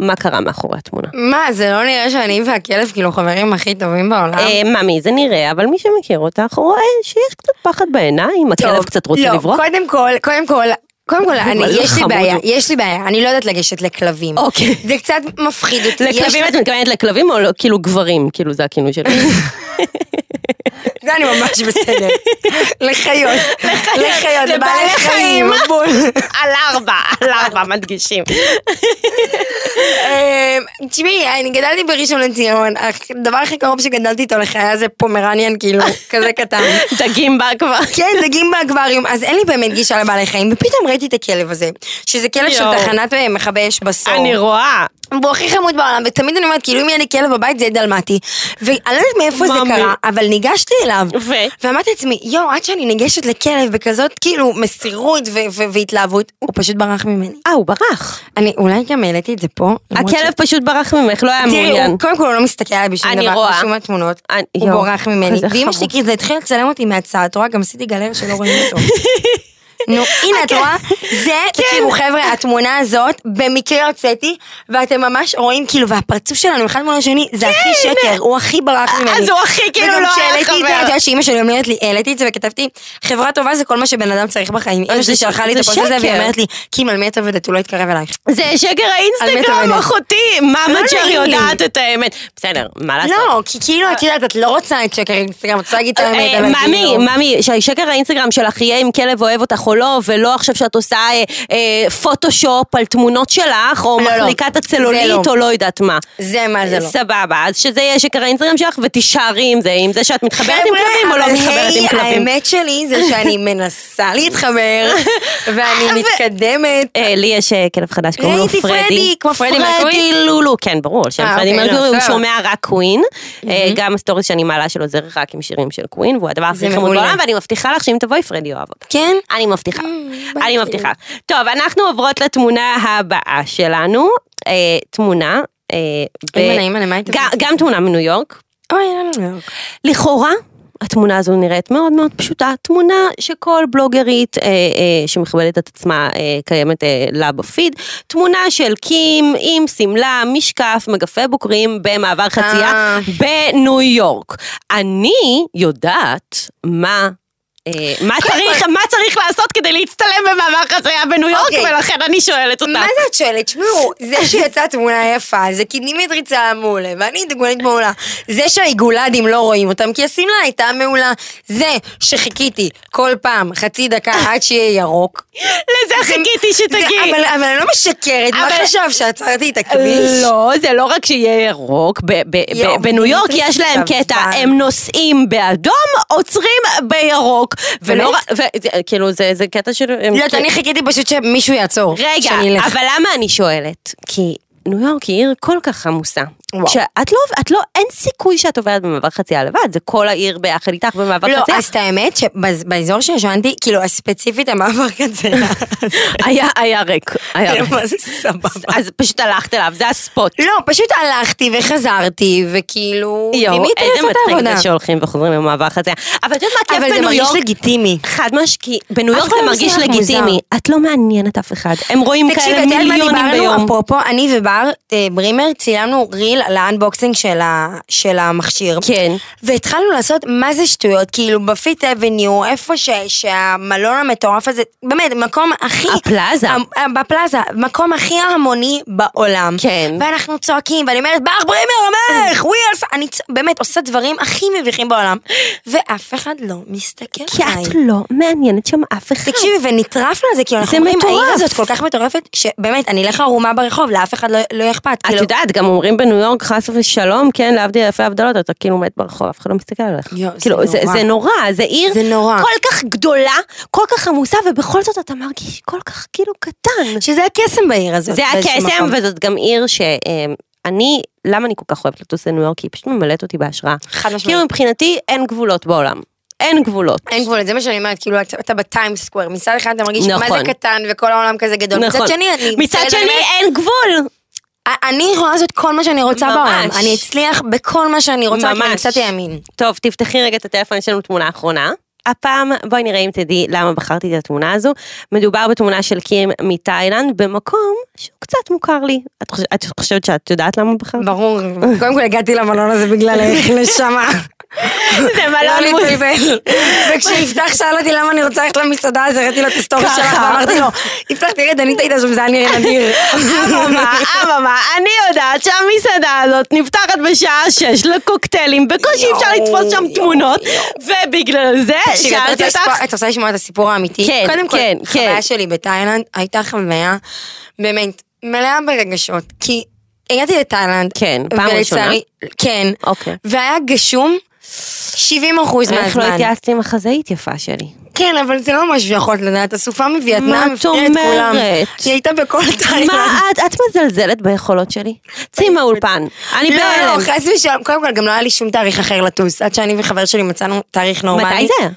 Speaker 2: מה קרה מאחורי התמונה.
Speaker 3: מה, זה לא נראה שאני והכלב כאילו חברים הכי טובים בעולם?
Speaker 2: אה, ממי, זה נראה, אבל מי שמכיר אותך רואה שיש קצת פחד בעיניים, הכלב
Speaker 3: טוב,
Speaker 2: קצת רוצה
Speaker 3: לא,
Speaker 2: לברוח.
Speaker 3: קודם כל, קודם כל, קודם כל, אני-
Speaker 2: אבל
Speaker 3: יש לי
Speaker 2: חמוד
Speaker 3: בעיה,
Speaker 2: הוא.
Speaker 3: יש לי בעיה, אני לא יודעת לגשת לכלבים.
Speaker 2: אוקיי.
Speaker 3: זה קצת מפחיד אותי. יש
Speaker 2: לכלבים
Speaker 3: לי-
Speaker 2: את מתכוונת לכלבים או לא- כאילו גברים, כאילו זה הכינוי שלי.
Speaker 3: זה אני ממש בסדר. לחיות. לחיות, לבעלי חיים. בול.
Speaker 2: על ארבע, על ארבע מדגישים.
Speaker 3: אמ, תשמעי, אני גדלתי בראשון לציון, הדבר הכי קרוב שגדלתי איתו לחיה זה פומרניאן, כאילו, כזה קטן.
Speaker 2: דגים בה כבר.
Speaker 3: כן, דגים באקווריום, אז אין לי באמת גישה לבעלי חיים, ופתאום ראיתי את הכלב הזה, שזה כלב של
Speaker 2: יואו.
Speaker 3: תחנת אה, מכבי אש בסור.
Speaker 2: אני רואה.
Speaker 3: והוא הכי חמוד בעולם, ותמיד אני אומרת, כאילו אם יהיה לי כלב בבית זה יהיה דלמטי. ואני לא יודעת מאיפה זה
Speaker 2: מאמי.
Speaker 3: קרה, אבל ניגשתי אליו.
Speaker 2: ו?
Speaker 3: ואמרתי לעצמי, יואו, עד שאני ניגשת לכלב בכזאת כאילו מסירות ו- ו- והתלהבות, הוא פשוט ברח ממני.
Speaker 2: אה, הוא ברח.
Speaker 3: אני אולי גם העליתי את זה פה. למרות ש-
Speaker 2: הכלב פשוט ברח ממך, לא היה
Speaker 3: תראי,
Speaker 2: מעוניין.
Speaker 3: הוא- קודם כל הוא לא מסתכל עליי בשום
Speaker 2: אני
Speaker 3: דבר,
Speaker 2: רואה.
Speaker 3: בשום התמונות.
Speaker 2: אני-
Speaker 3: הוא
Speaker 2: יואו,
Speaker 3: בורח ממני.
Speaker 2: כזה
Speaker 3: ואמא
Speaker 2: חמוד.
Speaker 3: שלי כזה התחילה לצלם אותי מהצד, את רואה? גם עשיתי גלר שלא רואים אותו. נו, הנה,
Speaker 2: אוקיי.
Speaker 3: את רואה? זה,
Speaker 2: כן.
Speaker 3: תקשיבו, חבר'ה, התמונה הזאת, במקרה הוצאתי, ואתם ממש רואים, כאילו, והפרצוף שלנו, אחד מול השני, זה הכי שקר, הוא הכי ברח ממני.
Speaker 2: כן. אז הוא הכי כאילו לא היה
Speaker 3: וגם כשהעליתי את
Speaker 2: חבר.
Speaker 3: זה, את יודעת שאימא שלי אומרת לי, העליתי את זה וכתבתי, חברה טובה זה כל מה שבן אדם צריך בחיים. אמא
Speaker 2: זה-
Speaker 3: שלי שלחה לי את
Speaker 2: זה
Speaker 3: הפוסט הזה,
Speaker 2: שקר.
Speaker 3: והיא אומרת לי, קים, על מי את עובדת? הוא לא יתקרב אלייך.
Speaker 2: זה שקר
Speaker 3: על מי אתה
Speaker 2: האינסטגרם,
Speaker 3: עובדת?
Speaker 2: אחותי. מאמא
Speaker 3: לא
Speaker 2: צ'ר
Speaker 3: נעים לי.
Speaker 2: יודעת את האמת. בסדר, מה לעשות?
Speaker 3: לא, כי כאילו, את יודעת, את לא רוצה את שקר אינסטגרם, את רוצה להגיד את האמת,
Speaker 2: אה,
Speaker 3: אבל
Speaker 2: ממי,
Speaker 3: כאילו...
Speaker 2: ממי, שהשקר האינסטגרם שלך יהיה אם כלב אוהב אותך או לא, ולא עכשיו שאת עושה אה, אה, פוטושופ על תמונות שלך, או
Speaker 3: לא, לא.
Speaker 2: מחליקה את
Speaker 3: זה
Speaker 2: הצלולית,
Speaker 3: לא.
Speaker 2: או לא יודעת מה.
Speaker 3: זה מה זה לא.
Speaker 2: סבבה, אז שזה יהיה שקר האינסטגרם שלך, ותישארי עם זה, עם זה שאת מתחברת עם כלבים או לא מתחברת עם
Speaker 3: אבל היי,
Speaker 2: כלבים.
Speaker 3: האמת שלי זה שאני מנסה להתחבר, ואני מתקדמת.
Speaker 2: אה, לי יש אה, כלב חדש, קוראים לו
Speaker 3: ראיתי
Speaker 2: פרדי.
Speaker 3: פרדי, כמו פרדי מרקורי?
Speaker 2: לולו, כן, ברור, שם
Speaker 3: אה,
Speaker 2: פרדי
Speaker 3: אוקיי, לא,
Speaker 2: מרקורי, הוא
Speaker 3: בסדר.
Speaker 2: שומע רק קווין. אה, גם הסטוריס שאני מעלה שלו זה רק עם שירים של קווין, והוא הדבר הכי חמוד
Speaker 3: מעולה.
Speaker 2: בעולם, ואני מבטיחה לך שאם תבואי, פרדי יאהב אותך.
Speaker 3: כן?
Speaker 2: אני מבטיחה,
Speaker 3: בא
Speaker 2: אני
Speaker 3: לי.
Speaker 2: מבטיחה. טוב, אנחנו עוברות לתמונה הבאה שלנו. אה, תמונה. אה, ב-
Speaker 3: אימא'לה, אימא'לה, מה הייתם
Speaker 2: גם-
Speaker 3: עושים?
Speaker 2: גם תמונה מניו יורק.
Speaker 3: אוי, לא, לא, לא.
Speaker 2: לכאורה, התמונה הזו נראית מאוד מאוד פשוטה, תמונה שכל בלוגרית אה, אה, שמכבדת את עצמה אה, קיימת אה, לה בפיד, תמונה של קים עם שמלה, משקף, מגפי בוקרים במעבר חצייה
Speaker 3: אה.
Speaker 2: בניו יורק. אני יודעת מה אה, מה צריך- מה צריך לעשות כדי להצטלם במעבר חצייה בניו יורק,
Speaker 3: אוקיי.
Speaker 2: ולכן אני שואלת אותך.
Speaker 3: מה זה את שואלת? תשמעו, זה שיצאה תמונה יפה, זה כי דימיטרי צלם מעולה, ואני דגונית מעולה. זה שהאיגולדים לא רואים אותם, כי השמלה הייתה מעולה. זה שחיכיתי כל פעם חצי דקה עד שיהיה ירוק.
Speaker 2: לזה חיכיתי
Speaker 3: זה-
Speaker 2: שתגיעי.
Speaker 3: אבל אבל אני לא משקרת, מה
Speaker 2: אבל-
Speaker 3: חשב, שעצרתי את הכביש?
Speaker 2: לא, זה לא רק שיהיה ירוק, ב- ב- ב-
Speaker 3: יואו,
Speaker 2: בניו יורק
Speaker 3: מטריף
Speaker 2: יש להם
Speaker 3: סבל.
Speaker 2: קטע, הם נוסעים באדום, עוצרים בירוק. ולא,
Speaker 3: באמת?
Speaker 2: ר- ו- זה- כאילו זה זה קטע של... הם
Speaker 3: לא,
Speaker 2: כ-
Speaker 3: אני חיכיתי פשוט שמישהו יעצור.
Speaker 2: רגע,
Speaker 3: שאני אלך.
Speaker 2: אבל למה אני שואלת? כי ניו יורק היא עיר כל כך עמוסה.
Speaker 3: וואו.
Speaker 2: שאת לא, את לא, אין סיכוי שאת עוברת במעבר חצייה לבד, זה כל העיר ביחד איתך במעבר
Speaker 3: לא,
Speaker 2: חצייה.
Speaker 3: אז את האמת שבאזור שישנתי, כאילו, ספציפית המעבר כזה.
Speaker 2: היה, היה ריק, היה ריק.
Speaker 3: מה זה סבבה.
Speaker 2: אז פשוט הלכת אליו, זה הספוט.
Speaker 3: לא, פשוט הלכתי וחזרתי, וכאילו...
Speaker 2: יואו,
Speaker 3: דימיטרי
Speaker 2: איזה
Speaker 3: עשה את
Speaker 2: מצחיק
Speaker 3: העבודה.
Speaker 2: זה שהולכים וחוזרים במעבר חצייה. אבל את יודעת מה
Speaker 3: אבל
Speaker 2: הכיף
Speaker 3: זה
Speaker 2: בניו
Speaker 3: מרגיש
Speaker 2: יורק?
Speaker 3: לגיטימי.
Speaker 2: חד משמעית, כי בניו
Speaker 3: אף
Speaker 2: יורק
Speaker 3: אחד
Speaker 2: זה
Speaker 3: לא
Speaker 2: מרגיש
Speaker 3: עושה לך
Speaker 2: לגיטימי. את לא מעניינת אף אחד. הם רואים
Speaker 3: תקשיב,
Speaker 2: כאלה
Speaker 3: את יודעת מה
Speaker 2: מיליונים
Speaker 3: דיברנו?
Speaker 2: ביום.
Speaker 3: אפרופו, אני ובר אה, ברימר צילמנו ריל על האנבוקסינג של ה- של המכשיר.
Speaker 2: כן.
Speaker 3: והתחלנו לעשות מה זה שטויות, כאילו בפית אבניו, איפה ש- שהמלון המטורף הזה, באמת, מקום הכי...
Speaker 2: הפלאזה.
Speaker 3: המ- אה, בפלאזה, מקום הכי המוני בעולם.
Speaker 2: כן.
Speaker 3: ואנחנו צועקים, ואני אומרת, בר ברימר, המלך, ווילס, אני צ- באמת עושה דברים הכי מביכים בעולם, ואף אחד לא מסתכל
Speaker 2: כי
Speaker 3: עליי.
Speaker 2: את לא מעניינת שם אף אחד.
Speaker 3: תקשיבי, ונטרפנו על זה, כאילו,
Speaker 2: זה
Speaker 3: אנחנו אומרים,
Speaker 2: מטורף.
Speaker 3: העיר הזאת כל כך מטורפת, שבאמת, אני אלך ערומה ברחוב, לאף אחד לא- לא אכפת,
Speaker 2: את
Speaker 3: כאילו.
Speaker 2: יודעת, גם אומרים בניו יורק, חס ושלום, כן, להבדיל אלפי הבדלות, אתה כאילו מת ברחוב, אף אחד לא מסתכל עליך.
Speaker 3: יואו, זה
Speaker 2: כאילו, זה-
Speaker 3: נורא.
Speaker 2: זה נורא, זה עיר
Speaker 3: זה נורא.
Speaker 2: כל כך גדולה, כל כך עמוסה, ובכל זאת אתה מרגיש כל כך כאילו קטן.
Speaker 3: שזה הקסם בעיר הזאת.
Speaker 2: זה
Speaker 3: באיזשהו
Speaker 2: הקסם,
Speaker 3: מקום.
Speaker 2: וזאת גם עיר שאני, למה אני כל כך אוהבת לטוס לניו יורק? כי היא פשוט ממלאת אותי בהשראה.
Speaker 3: חד משמעית.
Speaker 2: כאילו מבחינתי אין גבולות בעולם. אין גבולות.
Speaker 3: אין גבול, זה מה שאני אומרת, כאילו, אתה- אתה בטיים סקוואר, מצד אחד אתה מרגיש מה
Speaker 2: נכון.
Speaker 3: זה קטן וכל העולם כזה גדול, מצד
Speaker 2: נכון.
Speaker 3: שני, אני...
Speaker 2: מצד
Speaker 3: מסתכלת, אני
Speaker 2: שני
Speaker 3: אומרת,
Speaker 2: אין גבול.
Speaker 3: אני יכולה לעשות כל מה שאני רוצה
Speaker 2: ממש.
Speaker 3: בעולם, אני אצליח בכל מה שאני רוצה, כי אני
Speaker 2: ממש.
Speaker 3: קצת ימין.
Speaker 2: טוב, תפתחי רגע את הטלפון, יש לנו תמונה אחרונה. הפעם, בואי נראה אם תדעי למה בחרתי את התמונה הזו. מדובר בתמונה של קים מתאילנד, במקום שהוא קצת מוכר לי. את חושבת, את חושבת שאת יודעת למה בחרת?
Speaker 3: ברור, קודם כל הגעתי למלון הזה בגלל איך נשמה.
Speaker 2: זה
Speaker 3: לא
Speaker 2: מלון מוזר.
Speaker 3: להתבלבל. וכשיפתח שאל אותי למה אני רוצה ללכת למסעדה, אז הראיתי לו את הסטורי
Speaker 2: ככה.
Speaker 3: שלך, ואמרתי לו, יפתח תראה, דנית הייתה שם, זה היה נראה נדיר.
Speaker 2: אממה, אממה, אני יודעת שהמסעדה הזאת נפתחת בשעה שש לקוקטיילים, בקושי
Speaker 3: יואו,
Speaker 2: אפשר לתפוס שם
Speaker 3: יואו,
Speaker 2: תמונות, ובגלל זה
Speaker 3: תקשיבי, את
Speaker 2: שאלתי
Speaker 3: רוצה
Speaker 2: אותך...
Speaker 3: לשמוע- את רוצה לשמוע את הסיפור האמיתי?
Speaker 2: כן,
Speaker 3: קודם כל,
Speaker 2: כן, כן.
Speaker 3: חוויה שלי בתאילנד הייתה חוויה באמת מלאה ברגשות, כי הגעתי לתאילנד.
Speaker 2: כן, פעם
Speaker 3: ולצערי-
Speaker 2: ראשונה?
Speaker 3: כן.
Speaker 2: אוקיי.
Speaker 3: והיה גשום 70 אחוז
Speaker 2: איך לא
Speaker 3: מהזמן.
Speaker 2: התייעצתי עם החזאית יפה שלי?
Speaker 3: כן, אבל זה לא משהו שיכולת לדעת, הסופה
Speaker 2: מה
Speaker 3: מווייטנאם
Speaker 2: את
Speaker 3: הפתיעה את כולם.
Speaker 2: אומרת?
Speaker 3: היא הייתה בכל תאילנד.
Speaker 2: מה את, את מזלזלת ביכולות שלי? צאי מהאולפן, אני
Speaker 3: לא, לא,
Speaker 2: בהלם.
Speaker 3: חס ושלום, קודם כל גם לא היה לי שום תאריך אחר לטוס, עד שאני וחבר שלי מצאנו תאריך נורמלי.
Speaker 2: מתי זה?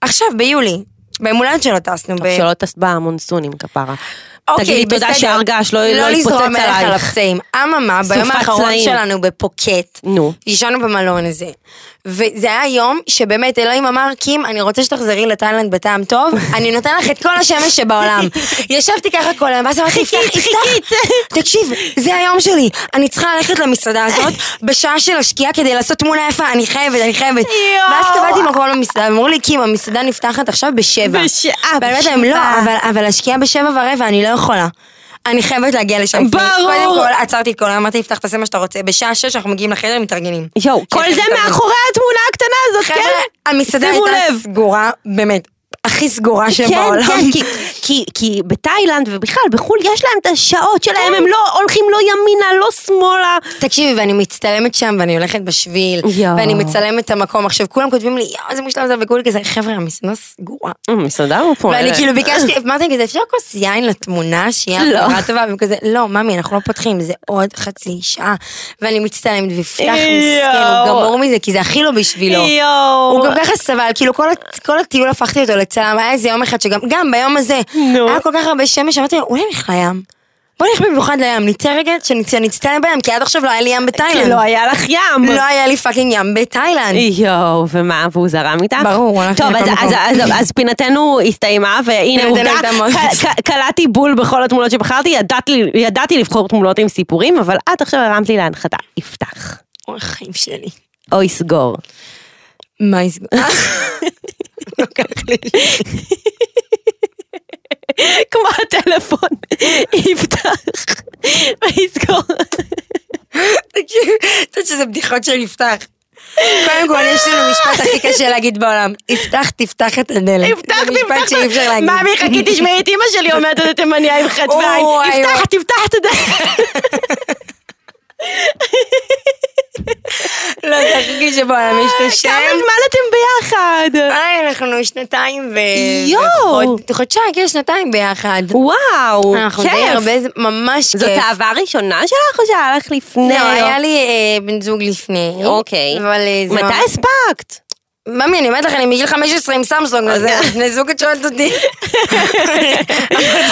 Speaker 3: עכשיו, ביולי. ביום הולדת שלו טסנו.
Speaker 2: טוב, שלא טסת במונסונים כפרה.
Speaker 3: אוקיי,
Speaker 2: תגידי תודה
Speaker 3: בסדר.
Speaker 2: שהרגש, לא לא
Speaker 3: לזרום
Speaker 2: התפוצץ
Speaker 3: מלח על
Speaker 2: עלייך.
Speaker 3: הפצעים. אממה, ביום
Speaker 2: סופת
Speaker 3: האחרון
Speaker 2: צלעים.
Speaker 3: שלנו בפוקט,
Speaker 2: נו.
Speaker 3: ישנו במלון הזה. וזה היה יום שבאמת אלוהים אמר, קים, אני רוצה שתחזרי לתאילנד בטעם טוב, אני נותן לך את כל השמש שבעולם. ישבתי ככה כל היום, ואז אמרתי, יפתח,
Speaker 2: חיכית, חיכית.
Speaker 3: יפתח, תקשיב, זה היום שלי, אני צריכה ללכת למסעדה הזאת בשעה של השקיעה כדי לעשות תמונה יפה, אני חייבת, אני חייבת.
Speaker 2: יואו.
Speaker 3: ואז קבעתי מקום למסעדה, ואמרו לי, קים, המסעדה נפתחת עכשיו בשבע.
Speaker 2: בשעה,
Speaker 3: באמת, הם לא,
Speaker 2: בשבע.
Speaker 3: אבל, אבל השקיעה בשבע ורבע, אני לא יכולה. אני חייבת להגיע לשם.
Speaker 2: ברור.
Speaker 3: קודם כל, עצרתי את כל היום, אמרתי, תפתח, תעשה מה שאתה רוצה. בשעה שש אנחנו מגיעים לחדר, מתארגנים.
Speaker 2: יואו, כל
Speaker 3: שתכף
Speaker 2: זה
Speaker 3: תבין.
Speaker 2: מאחורי התמונה הקטנה הזאת,
Speaker 3: חבר'ה,
Speaker 2: כן?
Speaker 3: המסעדה
Speaker 2: שימו
Speaker 3: הייתה
Speaker 2: לב.
Speaker 3: סגורה, באמת, הכי סגורה
Speaker 2: כן,
Speaker 3: שבעולם.
Speaker 2: כן, כי, כי, כי בתאילנד ובכלל בחו"ל יש להם את השעות שלהם, הם לא הולכים לא ימינה, לא שמאלה.
Speaker 3: תקשיבי, ואני מצטלמת שם, ואני הולכת בשביל,
Speaker 2: יואו.
Speaker 3: ואני מצלמת את המקום. עכשיו, כולם כותבים לי, יואו, זה מושלם זה, וכולי כזה, חבר'ה, המסעדה סגורה.
Speaker 2: מסעדה הוא פה.
Speaker 3: ואני כאילו ביקשתי, אמרתי כזה, אפשר כוס יין לתמונה,
Speaker 2: לא.
Speaker 3: שיהיה חברה טובה, והם כזה, לא, ממי, אנחנו לא פותחים, זה עוד חצי שעה. ואני מצטלמת, ויפתח מסכן,
Speaker 2: יואו.
Speaker 3: הוא גמור מזה, כי זה הכי לא בשבילו.
Speaker 2: יואו.
Speaker 3: הוא גם ככה סבל, כאילו כל, הט- כל הטיול הפכתי אותו לצלם, היה איזה יום אחד שגם, גם ביום הזה,
Speaker 2: נו.
Speaker 3: היה כל כך הרבה שמש, אמרתי לו, אולי נלך לים. בוא נלך במיוחד לים, נצא רגע, שנצטלם בים, כי עד עכשיו לא היה לי ים
Speaker 2: כי
Speaker 3: בתאילנד.
Speaker 2: לא היה לך ים.
Speaker 3: לא היה לי פאקינג ים בתאילנד.
Speaker 2: יואו, ומה, והוא זרם איתך?
Speaker 3: ברור, הוא הלך
Speaker 2: טוב,
Speaker 3: לכל
Speaker 2: אז,
Speaker 3: מקום.
Speaker 2: אז, אז, אז, פינתנו הסתיימה, והנה
Speaker 3: פינתנו
Speaker 2: עובדה,
Speaker 3: הייתה מאוד-
Speaker 2: ק- ק- קלעתי בול בכל התמונות שבחרתי, ידעתי, ידעתי לבחור תמונות עם סיפורים, אבל את עכשיו הרמת לי להנחתה, יפתח,
Speaker 3: אוי, חיים שלי.
Speaker 2: או יסגור.
Speaker 3: מה יסגור? לוקח לי.
Speaker 2: כמו הטלפון, יפתח ויסגור.
Speaker 3: תקשיב, את יודעת שזה בדיחות של יפתח. קודם כל יש לנו משפט הכי קשה להגיד בעולם, יפתח תפתח את הדלת.
Speaker 2: יפתח,
Speaker 3: זה משפט שאי אפשר
Speaker 2: תפתח.
Speaker 3: להגיד.
Speaker 2: מאמי, חכי, תשמעי את אמא שלי אומרת את התימניה עם חטא ועין.
Speaker 3: אוי,
Speaker 2: יפתח,
Speaker 3: אוי.
Speaker 2: תפתח את הדלת.
Speaker 3: לא, זה הכי קשה בעולם, יש את
Speaker 2: כמה
Speaker 3: השם.
Speaker 2: זמן אתם ביחד?
Speaker 3: היי, אנחנו שנתיים ו...
Speaker 2: יואו.
Speaker 3: וחוד- חודשיים, כן, שנתיים ביחד.
Speaker 2: וואו,
Speaker 3: אנחנו די
Speaker 2: כיף.
Speaker 3: הרבה, ז- ממש כיף.
Speaker 2: זאת האהבה הראשונה שלך או שהיה לך לפני?
Speaker 3: לא, היה לי אה, בן זוג לפני.
Speaker 2: אוקיי.
Speaker 3: אבל אה, זה...
Speaker 2: מתי
Speaker 3: ממש-
Speaker 2: הספקת?
Speaker 3: ממי, אני אומרת לך, אני מגיל 15 עם סמסונג, אז
Speaker 2: אוקיי.
Speaker 3: בני זוג את שואלת אותי. "כן." אמרתי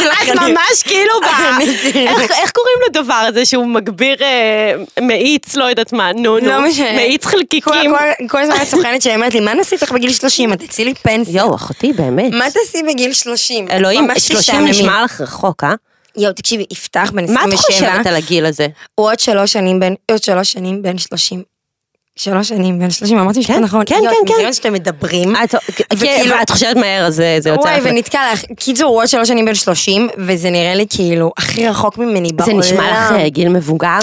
Speaker 3: לך,
Speaker 2: את
Speaker 3: אני-
Speaker 2: ממש כאילו, ב-
Speaker 3: אני-
Speaker 2: איך- איך קוראים לדבר הזה שהוא מגביר, אה, מאיץ, לא יודעת מה, נו נו,
Speaker 3: לא משנה.
Speaker 2: מאיץ
Speaker 3: כל-
Speaker 2: חלקיקים.
Speaker 3: כל- כל הזמן הסוכנת שלי אומרת לי, מה נעשית לך בגיל 30? את תצאי לי פנסיה.
Speaker 2: יואו, אחותי, באמת.
Speaker 3: מה תעשי בגיל 30?
Speaker 2: אלוהים,
Speaker 3: ממש
Speaker 2: 30
Speaker 3: משעממים.
Speaker 2: נשמע לך רחוק, אה?
Speaker 3: יואו, תקשיבי, יפתח בן 27.
Speaker 2: מה את חושבת על הגיל הזה?
Speaker 3: הוא עוד שלוש שנים בן, עוד שלוש שנים בן שלושים. שלוש שנים בן שלושים, אמרתי משפט
Speaker 2: כן,
Speaker 3: נכון.
Speaker 2: כן,
Speaker 3: יואו,
Speaker 2: כן,
Speaker 3: את מכירה
Speaker 2: כן.
Speaker 3: שאתם מדברים.
Speaker 2: את-
Speaker 3: וכאילו-
Speaker 2: ואת חושבת מהר, אז אה, זה יוצא
Speaker 3: וואי,
Speaker 2: לך.
Speaker 3: ונתקע לך. קיצור, הוא עוד שלוש שנים בן שלושים, וזה נראה לי כאילו הכי רחוק ממני
Speaker 2: זה
Speaker 3: בעולם.
Speaker 2: נשמע לך אה, גיל מבוגר?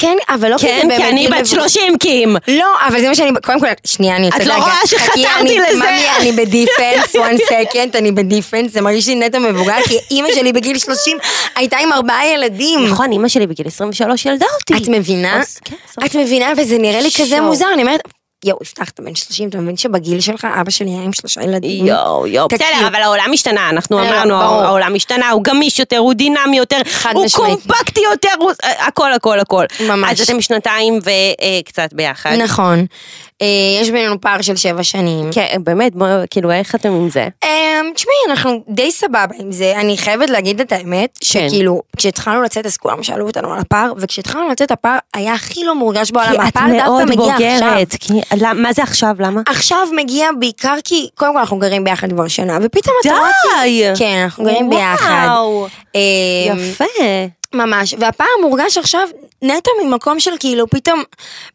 Speaker 3: כן, אבל לא כי זה
Speaker 2: כן,
Speaker 3: באמת...
Speaker 2: כי אני
Speaker 3: גיל
Speaker 2: בת
Speaker 3: מבוגר.
Speaker 2: 30, קים.
Speaker 3: לא, אבל זה מה שאני... קודם כל, שנייה, אני יוצאת
Speaker 2: את לא
Speaker 3: להגה.
Speaker 2: רואה
Speaker 3: חכי,
Speaker 2: שחתרתי
Speaker 3: אני-
Speaker 2: לזה?
Speaker 3: ממי, אני בדיפנס, one second, אני בדיפנס, זה מרגיש לי נטו מבוגר, כי אימא שלי בגיל 30 הייתה עם ארבעה ילדים.
Speaker 2: נכון, אימא שלי בגיל 23 ילדה אותי.
Speaker 3: את מבינה?
Speaker 2: אז כן, אז-
Speaker 3: את מבינה, וזה נראה לי כזה
Speaker 2: שואו.
Speaker 3: מוזר, אני אומרת, יואו, יפתח, אתה בן 30, אתה מבין שבגיל שלך אבא שלי היה עם שלושה ילדים?
Speaker 2: יואו, יואו,
Speaker 3: תקשיב.
Speaker 2: בסדר, אבל העולם השתנה, אנחנו
Speaker 3: בסדר,
Speaker 2: אמרנו,
Speaker 3: ברור.
Speaker 2: העולם השתנה, הוא גמיש יותר, הוא דינמי יותר, הוא
Speaker 3: משמעית.
Speaker 2: קומפקטי יותר, הוא- אה, הכל, הכל, הכל.
Speaker 3: ממש.
Speaker 2: אז אתם שנתיים וקצת ביחד.
Speaker 3: נכון. אה, יש בינינו פער של שבע שנים.
Speaker 2: כן, באמת, בוא, כאילו, איך אתם עם זה?
Speaker 3: אמ, תשמעי, אנחנו די סבבה עם זה, אני חייבת להגיד את האמת,
Speaker 2: כן.
Speaker 3: שכאילו, כשהתחלנו לצאת אז כולם שאלו אותנו על הפער, וכשהתחלנו לצאת הפער היה הכי לא מורגש בעולם,
Speaker 2: כי את
Speaker 3: הפער דווקא
Speaker 2: מאוד
Speaker 3: מגיע עכשיו.
Speaker 2: בוגרת. כי- למ- מה זה עכשיו? למה?
Speaker 3: עכשיו מגיע בעיקר כי, קודם כל אנחנו גרים ביחד כבר שנה, ופתאום אה, את רואה
Speaker 2: די!
Speaker 3: כי... כן, אנחנו גרים ביחד.
Speaker 2: וואו,
Speaker 3: אמ,
Speaker 2: יפה.
Speaker 3: ממש, והפער מורגש עכשיו נטו ממקום של כאילו פתאום,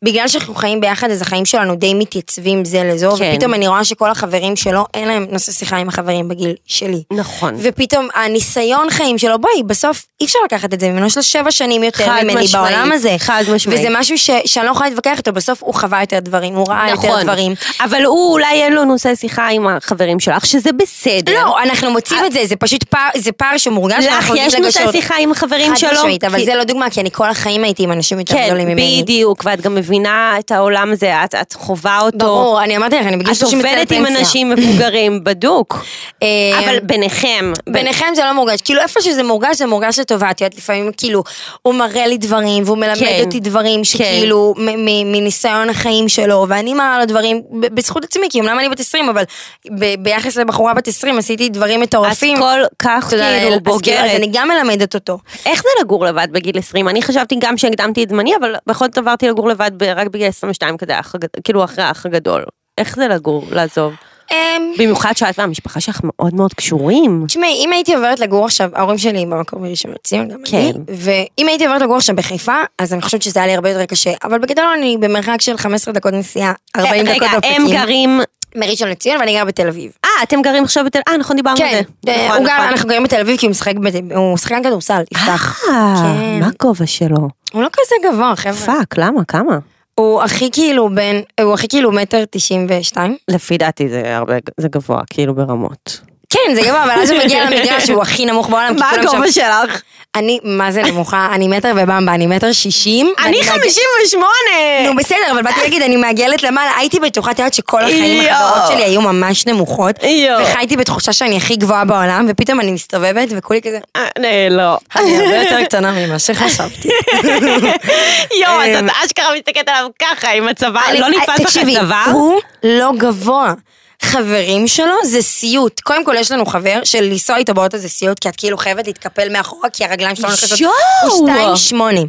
Speaker 3: בגלל שאנחנו חיים ביחד אז החיים שלנו די מתייצבים זה לזו,
Speaker 2: כן.
Speaker 3: כן. ופתאום אני רואה שכל החברים שלו אין להם נושא שיחה עם החברים בגיל שלי.
Speaker 2: נכון.
Speaker 3: ופתאום הניסיון חיים שלו, בואי, בסוף אי אפשר לקחת את זה ממנו, יש לו שבע שנים יותר
Speaker 2: חד
Speaker 3: ממני
Speaker 2: משמעית,
Speaker 3: בעולם הזה.
Speaker 2: חד משמעית.
Speaker 3: וזה משהו ש, שאני לא יכולה להתווכח איתו, בסוף הוא חווה יותר דברים, הוא ראה
Speaker 2: נכון.
Speaker 3: אה, יותר דברים.
Speaker 2: אבל הוא אולי אין לו נושא שיחה עם החברים שלך, שזה בסדר.
Speaker 3: לא, אנחנו מוצאים את זה, זה פשוט פער, זה פער שמורגש.
Speaker 2: אה. לך
Speaker 3: ואנחנו יודעים
Speaker 2: יש
Speaker 3: לגשר
Speaker 2: נושא
Speaker 3: אותו.
Speaker 2: שיחה עם החברים
Speaker 3: חד
Speaker 2: שלו?
Speaker 3: משמעית, אבל
Speaker 2: כי-
Speaker 3: זה לא דוגמה, כי אני כל החיים הייתי עם אנשים יותר
Speaker 2: כן,
Speaker 3: גדולים ממני.
Speaker 2: בדיוק, ואת גם מבינה את העולם הזה, את, את חווה אותו.
Speaker 3: ברור, אני אמרתי לך, אני בגיל
Speaker 2: את
Speaker 3: 30 יוצאת
Speaker 2: עובדת עם
Speaker 3: לפנסיה.
Speaker 2: אנשים מבוגרים, בדוק.
Speaker 3: אה,
Speaker 2: אבל ביניכם.
Speaker 3: ביניכם זה לא מורגש, כאילו איפה שזה מורגש זה מורגש לטובה, את יודעת לפעמים כאילו הוא מראה לי דברים והוא מלמד
Speaker 2: כן.
Speaker 3: אותי דברים שכאילו מ- מ- מניסיון החיים שלו ואני מראה לו דברים ב- בזכות עצמי, כי אמנם אני בת 20 אבל ב- ביחס לבחורה בת 20 עשיתי דברים
Speaker 2: את
Speaker 3: מטורפים,
Speaker 2: כל כך
Speaker 3: תודה לאל.
Speaker 2: כאילו
Speaker 3: אז כאילו, אז
Speaker 2: בוגרת.
Speaker 3: אני גם מלמדת אותו.
Speaker 2: איך זה לגור לבד בגיל 20? אני חשבתי גם שהקדמתי את זמני, אבל בכל זאת עברתי לגור לבד ב- רק בגיל 22 כזה, האח הג- כאילו אחרי האח הגדול. איך זה לגור, לעזוב?
Speaker 3: אמ,
Speaker 2: במיוחד שאת והמשפחה שלך מאוד מאוד קשורים.
Speaker 3: תשמעי, אם הייתי עוברת לגור עכשיו, ההורים שלי במקום מראשון לציון, גם
Speaker 2: כן.
Speaker 3: אני, ואם הייתי עוברת לגור עכשיו בחיפה, אז אני חושבת שזה היה לי הרבה יותר קשה, אבל בגדול אני במרחק של 15 דקות נסיעה, 40 דקות
Speaker 2: כן, אה, רגע, הם
Speaker 3: אופקים,
Speaker 2: גרים...
Speaker 3: מראשון לציון ואני גרה בתל אביב.
Speaker 2: אה, אתם גרים עכשיו בתל... אה, נכון, דיברנו על זה.
Speaker 3: כן, אה,
Speaker 2: נכון,
Speaker 3: הוא גר,
Speaker 2: נכון.
Speaker 3: אנחנו גרים בתל אביב כי הוא משחק, ב- הוא שחקן כדורסל, יפתח.
Speaker 2: אה,
Speaker 3: כן.
Speaker 2: מה הגובה שלו?
Speaker 3: הוא לא כזה גבוה, חבר'ה.
Speaker 2: פאק, למה? כמה?
Speaker 3: הוא הכי כאילו בין, הוא הכי כאילו מטר 92.
Speaker 2: לפי דעתי זה הרבה, זה גבוה, כאילו ברמות.
Speaker 3: כן, זה גבוה, אבל אז הוא מגיע למגרש, הוא הכי נמוך בעולם. כי כולם
Speaker 2: כאילו,
Speaker 3: שם-
Speaker 2: שלך?
Speaker 3: אני, מה זה נמוכה? אני מטר ובמבה, אני מטר שישים. ואני מגיעה-
Speaker 2: 58!
Speaker 3: נו בסדר, אבל באתי להגיד, אני מעגלת למעלה, הייתי בטוחה, את יודעת שכל החיים
Speaker 2: יואו.
Speaker 3: החברות שלי היו ממש נמוכות,
Speaker 2: יואו.
Speaker 3: וחייתי בתחושה שאני הכי גבוהה בעולם, ופתאום אני מסתובבת וכולי כזה,
Speaker 2: אה, לא.
Speaker 3: אני הרבה יותר קטנה ממה שחשבתי.
Speaker 2: יואו,
Speaker 3: אה,
Speaker 2: אז את אשכרה מסתכלת עליו ככה עם הצוואר,
Speaker 3: אני-
Speaker 2: לא נתפס לך
Speaker 3: אה, תקשיבי,
Speaker 2: הצוואר?
Speaker 3: הוא לא גבוה. חברים שלו זה סיוט. קודם כל יש לנו חבר של לנסוע איתו באוטו זה סיוט, כי את כאילו חייבת להתקפל מאחורה, כי הרגליים שלו לא נכנסות. הוא
Speaker 2: יואו.
Speaker 3: שתיים שמונה.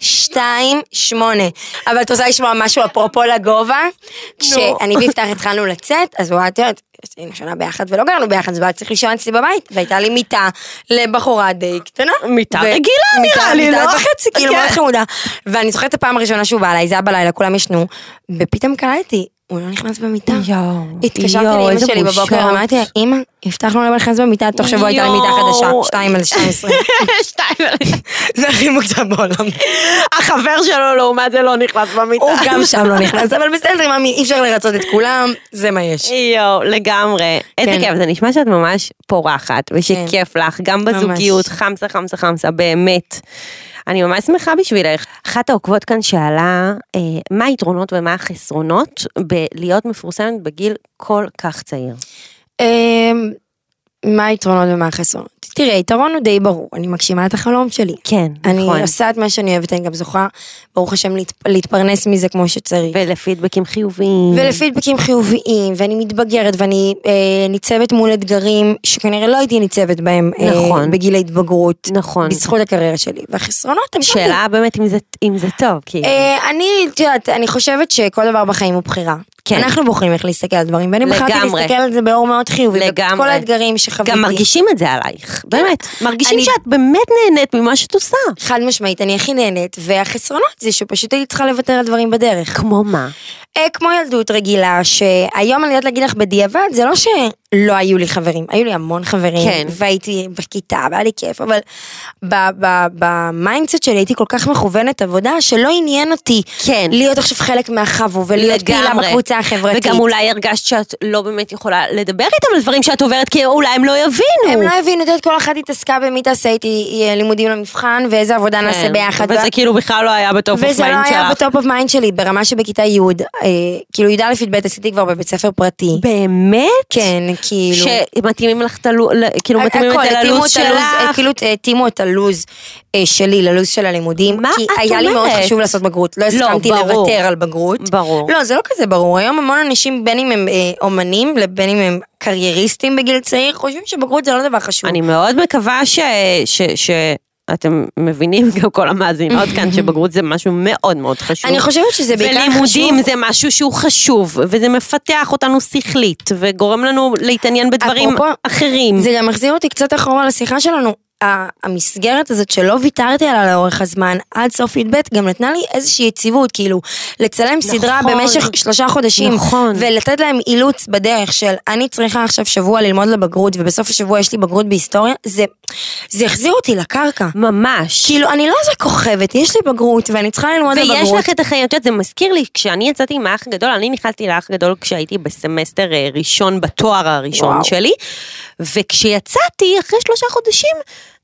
Speaker 3: שתיים שמונה. אבל את רוצה לשמוע משהו אפרופו לגובה? כשאני ויפתח התחלנו לצאת, אז הוא היה, את יודעת, היינו שנה ביחד ולא גרנו ביחד, אז הוא היה צריך לישון אצלי בבית, והייתה לי מיטה לבחורה די קטנה.
Speaker 2: מיטה
Speaker 3: ו-
Speaker 2: רגילה,
Speaker 3: מיטה-
Speaker 2: נראה לי,
Speaker 3: מיטה
Speaker 2: לא?
Speaker 3: וחצי, כאילו,
Speaker 2: כן.
Speaker 3: מאוד חמודה. ואני זוכרת את הפעם הראשונה שהוא בא אליי, זה היה בלילה, כולם ישנו, ופתאום קלטתי, הוא לא נכנס במיטה.
Speaker 2: יואו,
Speaker 3: התקשרתי
Speaker 2: יואו,
Speaker 3: לאמא
Speaker 2: איזה
Speaker 3: שלי
Speaker 2: בושות.
Speaker 3: בבוקר, אמרתי לה, אמא, הבטחנו לא להיכנס במיטה, תוך שבוע הייתה לי מיטה חדשה,
Speaker 2: יואו.
Speaker 3: 2 על 12.
Speaker 2: שתיים
Speaker 3: זה הכי מוקדם בעולם.
Speaker 2: החבר שלו לעומת זה לא נכנס במיטה.
Speaker 3: הוא גם שם לא נכנס, אבל בסדר, ממי, אי אפשר לרצות את כולם, זה מה יש.
Speaker 2: יואו, לגמרי. איזה
Speaker 3: כן.
Speaker 2: כיף, זה נשמע שאת ממש פורחת, ושכיף לך, גם
Speaker 3: ממש.
Speaker 2: בזוגיות, חמסה חמסה חמסה, באמת. אני ממש שמחה בשבילך. אחת העוקבות כאן שאלה, אה, מה היתרונות ומה החסרונות בלהיות מפורסמת בגיל כל כך צעיר?
Speaker 3: אמ, מה היתרונות ומה החסרונות? תראה, היתרון הוא די ברור, אני מגשימה את החלום שלי.
Speaker 2: כן, נכון.
Speaker 3: אני עושה את מה שאני אוהבת, אני גם זוכה, ברוך השם, להת- להתפרנס מזה כמו שצריך.
Speaker 2: ולפידבקים חיוביים.
Speaker 3: ולפידבקים חיוביים, ואני מתבגרת, ואני אה, ניצבת מול אתגרים שכנראה לא הייתי ניצבת בהם אה,
Speaker 2: נכון.
Speaker 3: בגיל ההתבגרות,
Speaker 2: נכון.
Speaker 3: בזכות הקריירה שלי. והחסרונות הם... גם-
Speaker 2: שאלה באמת אם זה, אם זה טוב, כי...
Speaker 3: אה, אני, את יודעת, אני חושבת שכל דבר בחיים הוא בחירה.
Speaker 2: כן.
Speaker 3: אנחנו בוחרים איך להסתכל על דברים, ואני בחרתי
Speaker 2: לגמרי.
Speaker 3: להסתכל על זה באור מאוד חיובי.
Speaker 2: לגמרי.
Speaker 3: כל האתגרים שחוויתי.
Speaker 2: גם מרגישים את זה עלייך, באמת. מרגישים
Speaker 3: כן. אני-
Speaker 2: שאת באמת נהנית ממה שאת עושה.
Speaker 3: חד משמעית, אני הכי נהנית, והחסרונות זה שפשוט הייתי צריכה לוותר על דברים בדרך.
Speaker 2: כמו מה?
Speaker 3: אה, כמו ילדות רגילה, שהיום אני יודעת להגיד לך בדיעבד, זה לא שלא היו לי חברים, היו לי המון חברים,
Speaker 2: כן.
Speaker 3: והייתי בכיתה, והיה לי כיף, אבל ב- ב- במיינדסט שלי הייתי כל כך מכוונת עבודה, שלא עניין אותי
Speaker 2: כן.
Speaker 3: להיות עכשיו חלק מהחבו, ולהיות פעילה
Speaker 2: לגמרי.
Speaker 3: בקבוצה החברתית.
Speaker 2: וגם אולי הרגשת שאת לא באמת יכולה לדבר איתם על דברים שאת עוברת, כי אולי הם לא יבינו.
Speaker 3: הם לא הבינו, את יודעת, כל אחת התעסקה במי תעשה איתי אה, לימודים למבחן, ואיזה עבודה נעשה
Speaker 2: כן,
Speaker 3: ביחד.
Speaker 2: וזה כאילו בכלל לא היה בטופ אוף
Speaker 3: וזה לא
Speaker 2: מיינד
Speaker 3: היה
Speaker 2: שלך.
Speaker 3: בטופ אוף מיינד שלי, ברמה שבכיתה י', אה, כאילו י"א י"ב עשיתי כבר בבית ספר פרטי.
Speaker 2: באמת?
Speaker 3: כן, כאילו.
Speaker 2: שמתאימים לך את הלו"ז, כאילו מתאימים את זה
Speaker 3: התאימו
Speaker 2: ללו"ז
Speaker 3: את הלו"ז, אה,
Speaker 2: שלך.
Speaker 3: כאילו התאימו את הלו"ז אה, שלי ללו"ז של הלימודים.
Speaker 2: מה את
Speaker 3: כי היה לי מאוד
Speaker 2: אומרת?
Speaker 3: חשוב לעשות בגרות, לא הסכמתי
Speaker 2: ברור.
Speaker 3: לוותר על בגרות.
Speaker 2: ברור.
Speaker 3: לא, זה לא כזה ברור. היום המון אנשים, בין אם הם אה, אומנים, לבין אם הם קרייריסטים בגיל צעיר, חושבים שבגרות זה לא דבר חשוב.
Speaker 2: אני מאוד מקווה ש... ש... ש... אתם מבינים גם כל המאזינות כאן שבגרות זה משהו מאוד מאוד חשוב.
Speaker 3: אני חושבת שזה בעיקר חשוב.
Speaker 2: ולימודים זה משהו שהוא חשוב, וזה מפתח אותנו שכלית, וגורם לנו להתעניין בדברים
Speaker 3: אפרופו,
Speaker 2: אחרים.
Speaker 3: זה גם מחזיר אותי קצת אחורה לשיחה שלנו. ה- המסגרת הזאת שלא ויתרתי עליה לאורך הזמן, עד סוף י"ב, גם נתנה לי איזושהי יציבות, כאילו, לצלם סדרה
Speaker 2: נכון.
Speaker 3: במשך שלושה חודשים,
Speaker 2: נכון.
Speaker 3: ולתת להם אילוץ בדרך של אני צריכה עכשיו שבוע ללמוד לבגרות, ובסוף השבוע יש לי בגרות בהיסטוריה, זה, זה החזיר אותי לקרקע.
Speaker 2: ממש.
Speaker 3: כאילו, אני לא איזה כוכבת, יש לי בגרות, ואני צריכה ללמוד לבגרות.
Speaker 2: ויש לך את החיים, את יודעת, זה מזכיר לי, כשאני יצאתי מהאח הגדול, אני נכנסתי לאח הגדול כשהייתי בסמסטר אה, ראשון בתואר הראשון
Speaker 3: וואו.
Speaker 2: שלי, וכשיצאתי, אחרי שלושה חודשים,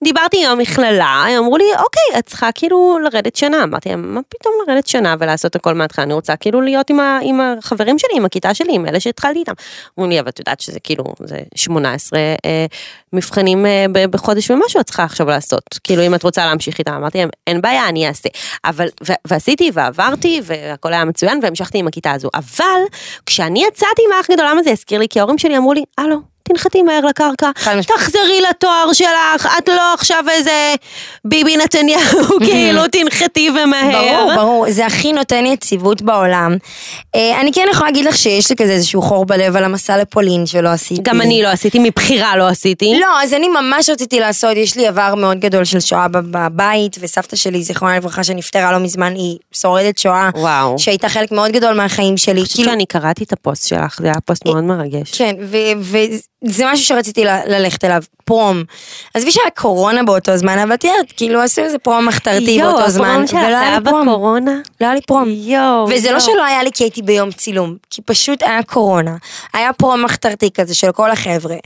Speaker 2: דיברתי עם המכללה, הם אמרו לי, אוקיי, את צריכה כאילו לרדת שנה. אמרתי להם, מה פתאום לרדת שנה ולעשות הכל מההתחלה? אני רוצה כאילו להיות עם, ה, עם החברים שלי, עם הכיתה שלי, עם אלה שהתחלתי איתם. אמרו לי, אבל את יודעת שזה כאילו, זה 18 אה, מבחנים אה, ב- בחודש ומשהו את צריכה עכשיו לעשות. כאילו, אם את רוצה להמשיך איתם, אמרתי להם, אין בעיה, אני אעשה. אבל, ו- ועשיתי ועברתי, והכל היה מצוין, והמשכתי עם הכיתה הזו. אבל, כשאני יצאתי מהאח גדול, למה זה הזכיר לי? כי ההורים שלי אמרו לי, הלו. תנחתי מהר לקרקע,
Speaker 3: חד משמעית.
Speaker 2: תחזרי לתואר שלך, את לא עכשיו איזה ביבי נתניהו, כאילו תנחתי ומהר.
Speaker 3: ברור, ברור, זה הכי נותן יציבות בעולם. אה, אני כן יכולה להגיד לך שיש לי כזה איזשהו חור בלב על המסע לפולין שלא עשיתי.
Speaker 2: גם אני לא עשיתי, מבחירה לא עשיתי.
Speaker 3: לא, אז אני ממש רציתי לעשות, יש לי עבר מאוד גדול של שואה בב- בבית, וסבתא שלי, זיכרונה לברכה, שנפטרה לא מזמן, היא שורדת שואה,
Speaker 2: וואו.
Speaker 3: שהייתה חלק מאוד גדול מהחיים שלי. כאילו,
Speaker 2: חושבת שאני קראתי את הפוסט שלך, זה היה פוסט מאוד מרגש.
Speaker 3: כן, ו- וזה משהו שרציתי ל- ללכת אליו, פרום. עזבי שהיה קורונה באותו זמן, אבל תראה, כאילו עשו איזה פרום מחתרתי באותו זמן,
Speaker 2: שלך זה היה בקורונה?
Speaker 3: לא היה לי פרום.
Speaker 2: יואו.
Speaker 3: וזה לא
Speaker 2: יואו.
Speaker 3: שלא היה לי כי הייתי ביום צילום, כי פשוט היה קורונה. היה פה מחתרתי כזה של כל החבר'ה.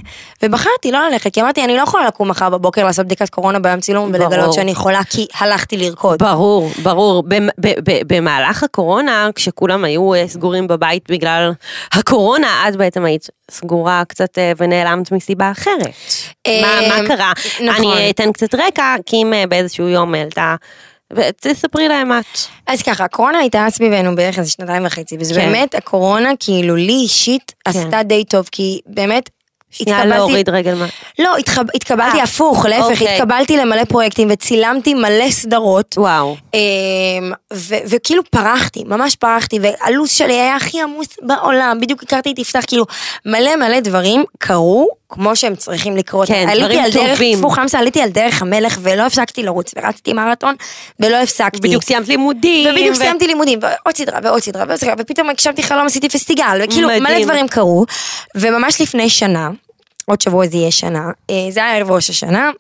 Speaker 3: ובחרתי לא ללכת, כי אמרתי, אני לא יכולה לקום מחר בבוקר לעשות בדיקת קורונה ביום צילום
Speaker 2: ברור.
Speaker 3: ולגלות שאני חולה כי הלכתי לרקוד.
Speaker 2: ברור, ברור. במ- ב- ב- במהלך הקורונה, כשכולם היו אה, סגורים בבית בגלל הקורונה, את בעצם היית סגורה קצת אה, ונעלמת מסיבה אחרת.
Speaker 3: אה,
Speaker 2: מה מה קרה?
Speaker 3: נכון.
Speaker 2: אני אה, אתן קצת רקע, כי אם אה, באיזשהו יום העלתה... ו- תספרי להם את.
Speaker 3: אז ככה, הקורונה הייתה סביבנו בערך איזה שנתיים וחצי, וזה
Speaker 2: כן.
Speaker 3: באמת, הקורונה כאילו לי אישית עשתה די טוב, כי באמת,
Speaker 2: שנייה להוריד רגל מה...
Speaker 3: לא, התחב- התקבלתי
Speaker 2: אה,
Speaker 3: הפוך, להפך,
Speaker 2: אוקיי.
Speaker 3: התקבלתי למלא פרויקטים וצילמתי מלא סדרות.
Speaker 2: וואו.
Speaker 3: אמ, ו- וכאילו פרחתי, ממש פרחתי, והלו"ז שלי היה הכי עמוס בעולם, בדיוק הכרתי את יפתח, כאילו מלא מלא דברים קרו, כמו שהם צריכים לקרות.
Speaker 2: כן,
Speaker 3: עליתי
Speaker 2: דברים
Speaker 3: על דרך,
Speaker 2: טובים.
Speaker 3: טפו חמסה, עליתי על דרך המלך ולא הפסקתי לרוץ, ורצתי מרתון ולא הפסקתי.
Speaker 2: בדיוק סיימת לימודים.
Speaker 3: ובדיוק
Speaker 2: ו-
Speaker 3: סיימתי לימודים, ועוד סדרה, ועוד סדרה, ועוד סדרה, ופתאום הגשמתי חלום, עשיתי פסטיגל, וכאילו
Speaker 2: מדהים.
Speaker 3: מלא דברים קרו. וממש לפני שנה, עוד שבוע זה יהיה שנה, אה, זה היה ערב ראש השנה.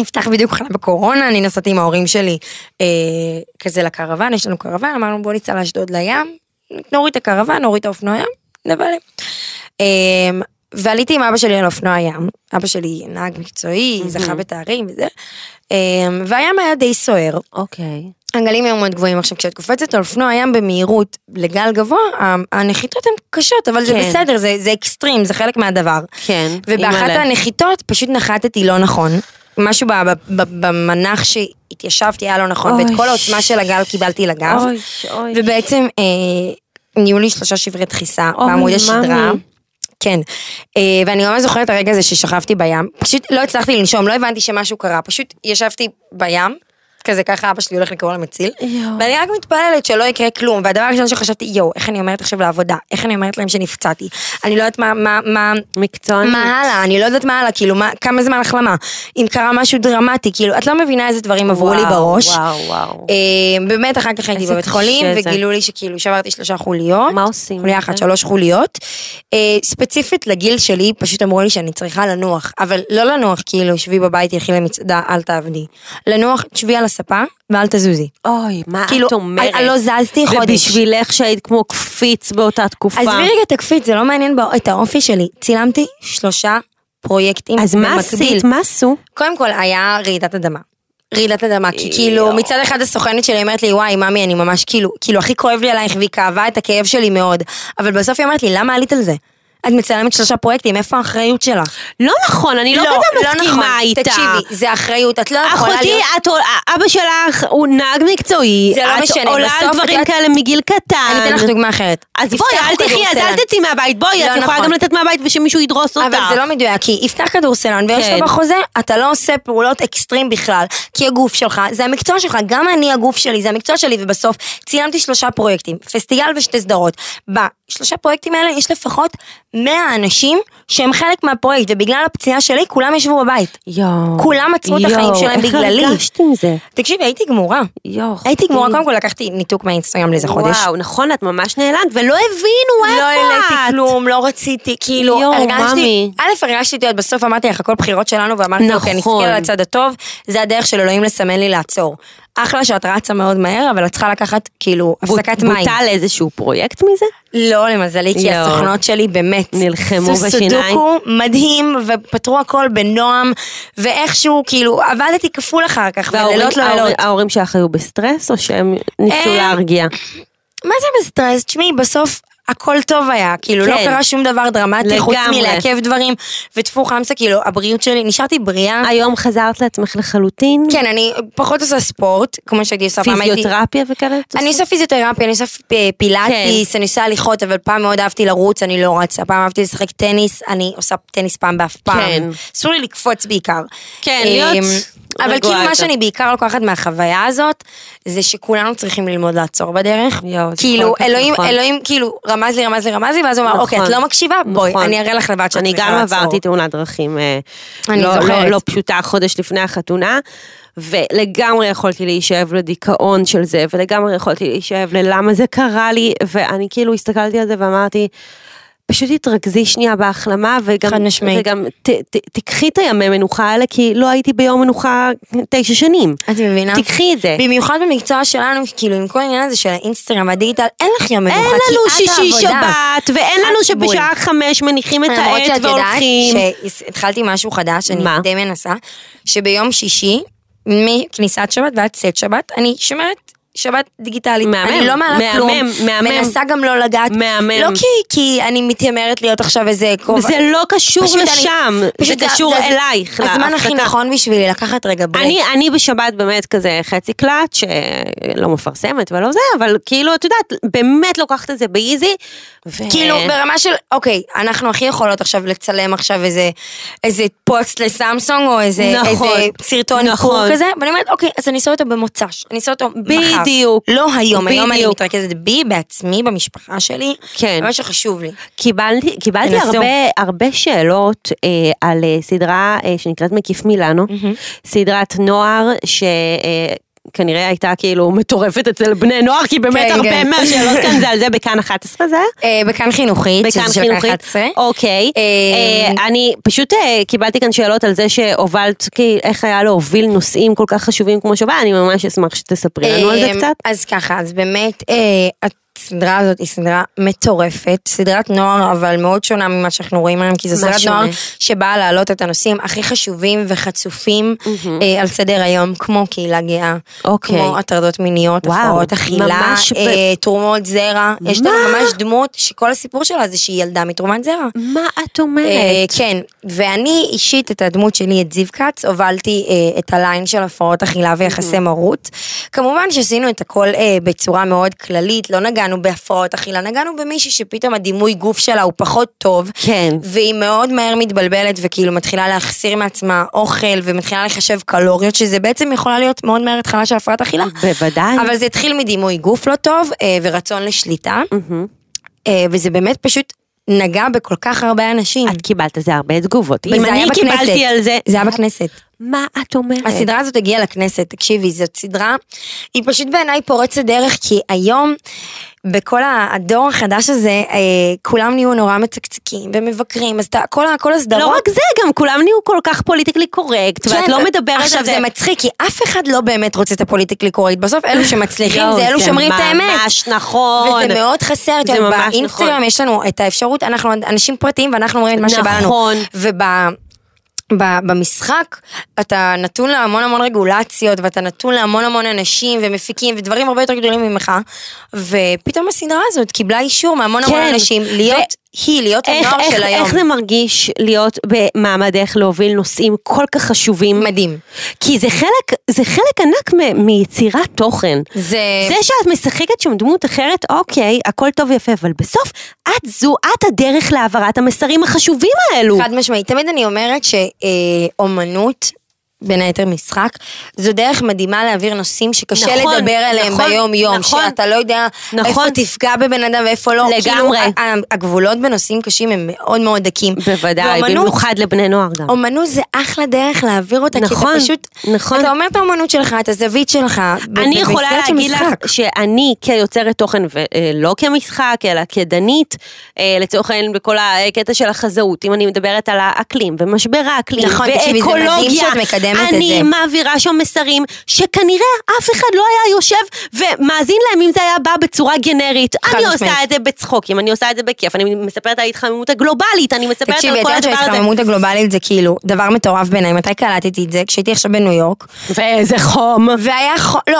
Speaker 3: נפתח בדיוק חנה בקורונה, אני נסעתי עם ההורים שלי אה, כזה לקרוון, יש לנו קרוון, אמרנו בוא נצא לאשדוד לים, נוריד את הקרוון, נוריד את האופנוע ים, נבלה. אמ, ועליתי עם אבא שלי על אופנוע ים, אבא שלי נהג מקצועי, זכה בתארים וזה, אמ, והים היה די סוער,
Speaker 2: אוקיי.
Speaker 3: הגלים הם מאוד גבוהים עכשיו, כשאת קופצת על אופנוע ים במהירות לגל גבוה, ה- הנחיתות הן קשות, אבל זה
Speaker 2: כן.
Speaker 3: בסדר, זה, זה אקסטרים, זה חלק מהדבר.
Speaker 2: כן,
Speaker 3: ובאחת
Speaker 2: אימא'לה.
Speaker 3: הנחיתות פשוט נחתתי לא נכון. משהו ב- ב- ב- במנח שהתיישבתי היה לא נכון,
Speaker 2: אוי.
Speaker 3: ואת כל העוצמה של הגל קיבלתי לגב.
Speaker 2: אוי, אוי.
Speaker 3: ובעצם אה, נהיו לי שלושה שברי דחיסה
Speaker 2: אוי,
Speaker 3: בעמוד השדרה.
Speaker 2: מאמי.
Speaker 3: כן, אה, ואני ממש זוכרת את הרגע הזה ששכבתי בים, פשוט לא הצלחתי לנשום, לא הבנתי שמשהו קרה, פשוט ישבתי בים, כזה ככה אבא שלי הולך לקרוא למציל,
Speaker 2: יואו.
Speaker 3: ואני רק מתפללת שלא יקרה כלום, והדבר הראשון שחשבתי, יואו, איך אני אומרת עכשיו לעבודה, איך אני אומרת להם שנפצעתי, אני לא יודעת מה, מה, מה,
Speaker 2: מקצוענית.
Speaker 3: מה הלאה, אני לא יודעת מה הלאה, כאילו, מה, כמה זמן החלמה, אם קרה משהו דרמטי, כאילו, את לא מבינה איזה דברים עברו לי
Speaker 2: וואו,
Speaker 3: בראש.
Speaker 2: וואו, וואו.
Speaker 3: אה, באמת, אחר כך הייתי
Speaker 2: איזה
Speaker 3: בבית חולים,
Speaker 2: קשה זה.
Speaker 3: וגילו לי שכאילו שברתי שלושה חוליות.
Speaker 2: מה עושים?
Speaker 3: חוליה אחת, שלוש חוליות. אה, ספציפית לגיל שלי, פשוט אמרו לי שאני צריכה לנוח, אבל לא לנוח כאילו, שבי בבית, תלכי למצעדה, אל תעבדי. לנוח, שבי על הספה ואל תזוזי.
Speaker 2: אוי, מה
Speaker 3: כאילו,
Speaker 2: את אומרת?
Speaker 3: אני- אני לא זזתי חודש.
Speaker 2: ובשבילך שהיית כמו קפיץ באותה תקופה.
Speaker 3: עזבי רגע את הקפיץ, זה לא מעניין בא- את האופי שלי. צילמתי שלושה פרויקטים
Speaker 2: אז מה
Speaker 3: במקביל.
Speaker 2: עשית? מה עשו?
Speaker 3: קודם כל היה רעידת אדמה. רעידת אדמה, כי כאילו
Speaker 2: יואו.
Speaker 3: מצד אחד הסוכנת שלי אומרת לי וואי ממי אני ממש כאילו, כאילו הכי כואב לי עלייך והיא כאבה את הכאב שלי מאוד, אבל בסוף היא אומרת לי למה עלית על זה? את מצלמת שלושה פרויקטים, איפה האחריות שלך? נכון.
Speaker 2: לא נכון, אני לא כזה מסכימה איתה.
Speaker 3: תקשיבי, זה אחריות, את לא יכולה
Speaker 2: אחותי,
Speaker 3: להיות...
Speaker 2: את עול- אבא שלך הוא נהג מקצועי,
Speaker 3: זה לא
Speaker 2: את
Speaker 3: משנה,
Speaker 2: עולה על
Speaker 3: בסוף את
Speaker 2: דברים
Speaker 3: יודעת-
Speaker 2: כאלה מגיל קטן.
Speaker 3: אני אתן לך דוגמה אחרת.
Speaker 2: אז בואי,
Speaker 3: יפתח
Speaker 2: אל תחי, אז
Speaker 3: כדורסלן.
Speaker 2: אל תצאי מהבית, בואי,
Speaker 3: לא
Speaker 2: את יכולה
Speaker 3: נכון.
Speaker 2: גם לצאת מהבית ושמישהו ידרוס אותך.
Speaker 3: אבל זה לא מדויק, כי יפתח כדורסלן ויש
Speaker 2: כן.
Speaker 3: לו בחוזה, אתה לא עושה פעולות אקסטרים בכלל, כי הגוף שלך, זה המקצוע שלך, גם אני הגוף שלי, זה המקצוע שלי, ובסוף צילמתי שלושה פרויקטים, פסטיגל ושתי סדרות. בשלושה פרויקטים האלה יש לפחות 100 אנשים שהם חלק מהפרויקט, ובגלל הפציעה שלי כולם ישבו בבית.
Speaker 2: יואו.
Speaker 3: כולם עצרו את החיים
Speaker 2: יואו,
Speaker 3: שלהם בגללי.
Speaker 2: איך הרגשת עם זה?
Speaker 3: תקשיבי, הייתי גמורה.
Speaker 2: יואו,
Speaker 3: הייתי
Speaker 2: אחותי.
Speaker 3: גמורה, קודם כל לקחתי ניתוק מהאינסטגרם לאיזה חודש.
Speaker 2: אוקיי. וואו, נכון, את ממש נעלמת, ולא הבינו איפה את.
Speaker 3: לא העליתי כלום, לא רציתי, כאילו,
Speaker 2: יואו,
Speaker 3: הרגשתי,
Speaker 2: ממי.
Speaker 3: א', הרגשתי, את יודעת, בסוף אמרתי לך, הכל בחירות שלנו, ואמרתי, אוקיי,
Speaker 2: נכון.
Speaker 3: נסתכל על הצד הטוב, זה הדרך של אלוהים לסמן לי לעצור. אחלה שאת רצה מאוד מהר, אבל את צריכה לקחת, כאילו,
Speaker 2: בוט-
Speaker 3: הפסקת מים.
Speaker 2: בוטל איזשהו פרויקט מזה?
Speaker 3: לא, למזלי, כי
Speaker 2: יואו.
Speaker 3: הסוכנות שלי באמת.
Speaker 2: נלחמו
Speaker 3: עשו
Speaker 2: בשיניים.
Speaker 3: סודוקו מדהים, ופתרו הכל בנועם, ואיכשהו, כאילו, עבדתי כפול אחר כך,
Speaker 2: וההורים
Speaker 3: ולילות לא
Speaker 2: ההורים-
Speaker 3: לילות.
Speaker 2: ההורים שלך היו בסטרס, או שהם ניסו
Speaker 3: אה,
Speaker 2: להרגיע?
Speaker 3: מה זה בסטרס? תשמעי, בסוף הכל טוב היה, כאילו
Speaker 2: כן.
Speaker 3: לא קרה שום דבר דרמטי,
Speaker 2: לגמרי.
Speaker 3: חוץ מלעכב דברים, וטפו חמסה, כאילו הבריאות שלי, נשארתי בריאה.
Speaker 2: היום חזרת לעצמך לחלוטין?
Speaker 3: כן, אני פחות עושה ספורט, כמו שהייתי עושה פעם, הייתי...
Speaker 2: פיזיותרפיה וכאלה? את
Speaker 3: אני
Speaker 2: עושה?
Speaker 3: עושה פיזיותרפיה, אני עושה פ- אה, פילאטיס,
Speaker 2: כן.
Speaker 3: אני עושה הליכות, אבל פעם מאוד אהבתי לרוץ, אני לא רצה, פעם אהבתי לשחק טניס, אני עושה טניס פעם באף פעם.
Speaker 2: כן.
Speaker 3: אסור לי לקפוץ בעיקר.
Speaker 2: כן,
Speaker 3: אמ,
Speaker 2: להיות
Speaker 3: אבל
Speaker 2: רגועה
Speaker 3: כאילו מה
Speaker 2: יותר.
Speaker 3: שאני בעיקר לוקחת מהחוויה הזאת, זה שכולנו צריכים ללמוד לעצור בדרך.
Speaker 2: יואו, זה
Speaker 3: כאילו,
Speaker 2: כל כך
Speaker 3: אלוהים,
Speaker 2: נכון.
Speaker 3: אלוהים כאילו רמז לי, רמז לי, רמז לי, ואז הוא אמר,
Speaker 2: נכון.
Speaker 3: אוקיי, את לא מקשיבה? בואי,
Speaker 2: נכון.
Speaker 3: אני אראה לך לבד שאת צריכה
Speaker 2: אני
Speaker 3: לעצור.
Speaker 2: גם עברתי תאונת דרכים אה,
Speaker 3: אני
Speaker 2: לא-
Speaker 3: זוכרת.
Speaker 2: לא- לא פשוטה חודש לפני החתונה, ולגמרי יכולתי להישאב לדיכאון של זה, ולגמרי יכולתי להישאב ללמה זה קרה לי, ואני כאילו הסתכלתי על זה ואמרתי, פשוט תתרכזי שנייה בהחלמה, וגם,
Speaker 3: חד משמעית.
Speaker 2: וגם ת, ת, תקחי את הימי מנוחה האלה, כי לא הייתי ביום מנוחה תשע שנים.
Speaker 3: את מבינה?
Speaker 2: תקחי את זה.
Speaker 3: במיוחד במקצוע שלנו, כאילו עם כל העניין הזה של האינסטגרם והדיגיטל, אין לך יום מנוחה,
Speaker 2: אין
Speaker 3: כי
Speaker 2: לנו
Speaker 3: את
Speaker 2: שישי
Speaker 3: העבודה.
Speaker 2: שבת, ואין לנו
Speaker 3: את
Speaker 2: שבשעה חמש מניחים את
Speaker 3: למרות
Speaker 2: העט
Speaker 3: שאת יודעת
Speaker 2: והולכים.
Speaker 3: שהתחלתי משהו חדש, אני
Speaker 2: מה?
Speaker 3: די מנסה, שביום שישי, מכניסת שבת ועד צאת שבת, אני שומרת שבת דיגיטלית.
Speaker 2: מהמם,
Speaker 3: אני לא מעלה
Speaker 2: מהמם,
Speaker 3: כלום.
Speaker 2: מהמם.
Speaker 3: מנסה גם לא לגעת.
Speaker 2: מהמם.
Speaker 3: לא כי, כי אני מתיימרת להיות עכשיו איזה כובע.
Speaker 2: זה לא קשור
Speaker 3: פשוט אני-
Speaker 2: לשם, זה
Speaker 3: פשוט
Speaker 2: קשור
Speaker 3: זה-
Speaker 2: אלייך.
Speaker 3: הזמן הכי
Speaker 2: להחלטה.
Speaker 3: נכון בשבילי לקחת רגע ברייק.
Speaker 2: אני, אני בשבת באמת כזה חצי קלאץ', שלא מפרסמת ולא זה, אבל כאילו, את יודעת, באמת לוקחת את זה באיזי. ו-
Speaker 3: כאילו ברמה של, אוקיי, אנחנו הכי יכולות עכשיו לצלם עכשיו איזה, איזה פוסט לסמסונג או איזה,
Speaker 2: נכון.
Speaker 3: איזה סרטון נכון.
Speaker 2: נכון.
Speaker 3: כזה, ואני אומרת, אוקיי, אז אני אעשה אותו במוצ"ש, אני אעשה אותו מחר.
Speaker 2: בדיוק.
Speaker 3: לא היום, היום אני
Speaker 2: בדיוק.
Speaker 3: מתרכזת בי, בעצמי, במשפחה שלי,
Speaker 2: כן.
Speaker 3: במה שחשוב לי.
Speaker 2: קיבלתי, קיבלתי
Speaker 3: תנסו.
Speaker 2: הרבה, הרבה שאלות אה, על אה, סדרה אה, שנקראת מקיף מילאנו, סדרת נוער ש... אה, כנראה הייתה כאילו מטורפת אצל בני נוער, כי באמת
Speaker 3: כן,
Speaker 2: הרבה
Speaker 3: כן.
Speaker 2: מהשאלות כאן זה על זה בכאן 11 זה היה?
Speaker 3: אה, בכאן חינוכית,
Speaker 2: בכאן
Speaker 3: שזה של כאן
Speaker 2: חינוכית.
Speaker 3: 11.
Speaker 2: אוקיי.
Speaker 3: אה,
Speaker 2: אה, אני פשוט אה, קיבלתי כאן שאלות על זה שהובלת, כי איך היה להוביל נושאים כל כך חשובים כמו שבה, אני ממש אשמח שתספרי לנו על זה
Speaker 3: אמ,
Speaker 2: קצת.
Speaker 3: אז ככה, אז באמת, אה, הסדרה הזאת היא סדרה מטורפת, סדרת נוער, אבל מאוד שונה ממה שאנחנו רואים היום, כי זו
Speaker 2: מה
Speaker 3: סדרת
Speaker 2: שונה?
Speaker 3: נוער שבאה להעלות את הנושאים הכי חשובים וחצופים אה, על סדר היום, כמו קהילה גאה,
Speaker 2: אוקיי.
Speaker 3: כמו הטרדות מיניות,
Speaker 2: וואו,
Speaker 3: הפרעות אכילה,
Speaker 2: ממש ב-
Speaker 3: אה, תרומות זרע, יש לנו
Speaker 2: מה?
Speaker 3: ממש דמות שכל הסיפור שלה זה שהיא ילדה מתרומת זרע.
Speaker 2: מה את
Speaker 3: אה,
Speaker 2: אומרת?
Speaker 3: כן, ואני אישית את הדמות שלי, את זיו כץ, הובלתי אה, את הליין של הפרעות אכילה ויחסי מרות. כמובן שעשינו את הכל אה, בצורה מאוד כללית, לא נגענו בהפרעות אכילה, נגענו במישהי שפתאום הדימוי גוף שלה הוא פחות טוב.
Speaker 2: כן.
Speaker 3: והיא מאוד מהר מתבלבלת וכאילו מתחילה להחסיר מעצמה אוכל ומתחילה לחשב קלוריות, שזה בעצם יכולה להיות מאוד מהר התחלה של הפרעת אכילה.
Speaker 2: אוקיי. בוודאי.
Speaker 3: אבל זה התחיל מדימוי גוף לא טוב אה, ורצון לשליטה, אה, וזה באמת פשוט נגע בכל כך הרבה אנשים.
Speaker 2: את קיבלת על זה הרבה תגובות. אם
Speaker 3: Mm. וזה
Speaker 2: אני
Speaker 3: היה בכנסת.
Speaker 2: קיבלתי על זה, כן.
Speaker 3: זה היה בכנסת.
Speaker 2: מה את אומרת?
Speaker 3: הסדרה הזאת הגיעה לכנסת, תקשיבי, זאת סדרה, היא פשוט בעיניי פורצת דרך, כי היום, בכל ה- הדור החדש הזה, אה, כולם נהיו נורא מצקצקים ומבקרים, אז אתה- כל ה- כל הסדרות...
Speaker 2: לא רק זה, גם כולם נהיו כל כך פוליטיקלי קורקט, ואת
Speaker 3: כן,
Speaker 2: לא מדברת על זה.
Speaker 3: עכשיו זה מצחיק, כי אף אחד לא באמת רוצה את הפוליטיקלי קורקט. בסוף אלו שמצליחים
Speaker 2: יואו,
Speaker 3: זה אלו שאומרים את האמת.
Speaker 2: לא, ממש נכון.
Speaker 3: וזה מאוד חסר,
Speaker 2: זה
Speaker 3: אתה יודע,
Speaker 2: ממש נכון.
Speaker 3: באינסטגרם יש לנו את האפשרות, אנחנו אנשים פרטיים ואנחנו אומרים את מה שבא לנו.
Speaker 2: נכון.
Speaker 3: וב... ב- במשחק אתה נתון להמון המון רגולציות ואתה נתון להמון המון אנשים ומפיקים ודברים הרבה יותר גדולים ממך ופתאום הסדרה הזאת קיבלה אישור מהמון המון
Speaker 2: כן.
Speaker 3: אנשים להיות היא, להיות
Speaker 2: איך,
Speaker 3: הנוער
Speaker 2: איך,
Speaker 3: של היום.
Speaker 2: איך זה מרגיש להיות במעמדך להוביל נושאים כל כך חשובים?
Speaker 3: מדהים.
Speaker 2: כי זה חלק, זה חלק ענק מ- מיצירת תוכן.
Speaker 3: זה...
Speaker 2: זה שאת משחקת שם דמות אחרת, אוקיי, הכל טוב ויפה, אבל בסוף את זו, את הדרך להעברת המסרים החשובים האלו.
Speaker 3: חד משמעית. תמיד אני אומרת שאומנות, בין היתר משחק, זו דרך מדהימה להעביר נושאים שקשה
Speaker 2: נכון,
Speaker 3: לדבר עליהם
Speaker 2: נכון,
Speaker 3: ביום-יום,
Speaker 2: נכון.
Speaker 3: שאתה לא יודע
Speaker 2: נכון.
Speaker 3: איפה תפגע בבן אדם ואיפה לא.
Speaker 2: לגמרי.
Speaker 3: כאילו, ה- ה- הגבולות בנושאים קשים הם מאוד מאוד דקים.
Speaker 2: בוודאי,
Speaker 3: ואומנות-
Speaker 2: במיוחד לבני נוער גם.
Speaker 3: אומנות זה אחלה דרך להעביר אותה,
Speaker 2: נכון,
Speaker 3: כי אתה פשוט,
Speaker 2: נכון.
Speaker 3: אתה אומר את האומנות שלך, את הזווית שלך, ב-
Speaker 2: אני
Speaker 3: ב-
Speaker 2: יכולה
Speaker 3: במסגרת של
Speaker 2: להגיד לך
Speaker 3: משחק.
Speaker 2: שאני כיוצרת תוכן, ולא כמשחק, אלא כדנית, אה, לצורך העניין בכל הקטע של החזאות, אם אני מדברת על האקלים ומשבר האקלים,
Speaker 3: נכון, תקשיבי, זה מדהים
Speaker 2: ואקולוגיה,
Speaker 3: שאת מקדמת את
Speaker 2: אני
Speaker 3: זה.
Speaker 2: מעבירה שם מסרים שכנראה אף אחד לא היה יושב ומאזין להם אם זה היה בא בצורה גנרית. אני עושה
Speaker 3: משמעית.
Speaker 2: את זה בצחוקים, אני עושה את זה בכיף, אני מספרת על ההתחממות הגלובלית, אני מספרת
Speaker 3: תקשיבי,
Speaker 2: על
Speaker 3: את
Speaker 2: כל
Speaker 3: יודעת
Speaker 2: הדבר הזה.
Speaker 3: שההתחממות הגלובלית זה כאילו דבר מטורף בעיניי, מתי קלטתי את זה? כשהייתי עכשיו בניו יורק,
Speaker 2: ואיזה חום.
Speaker 3: והיה חום, לא,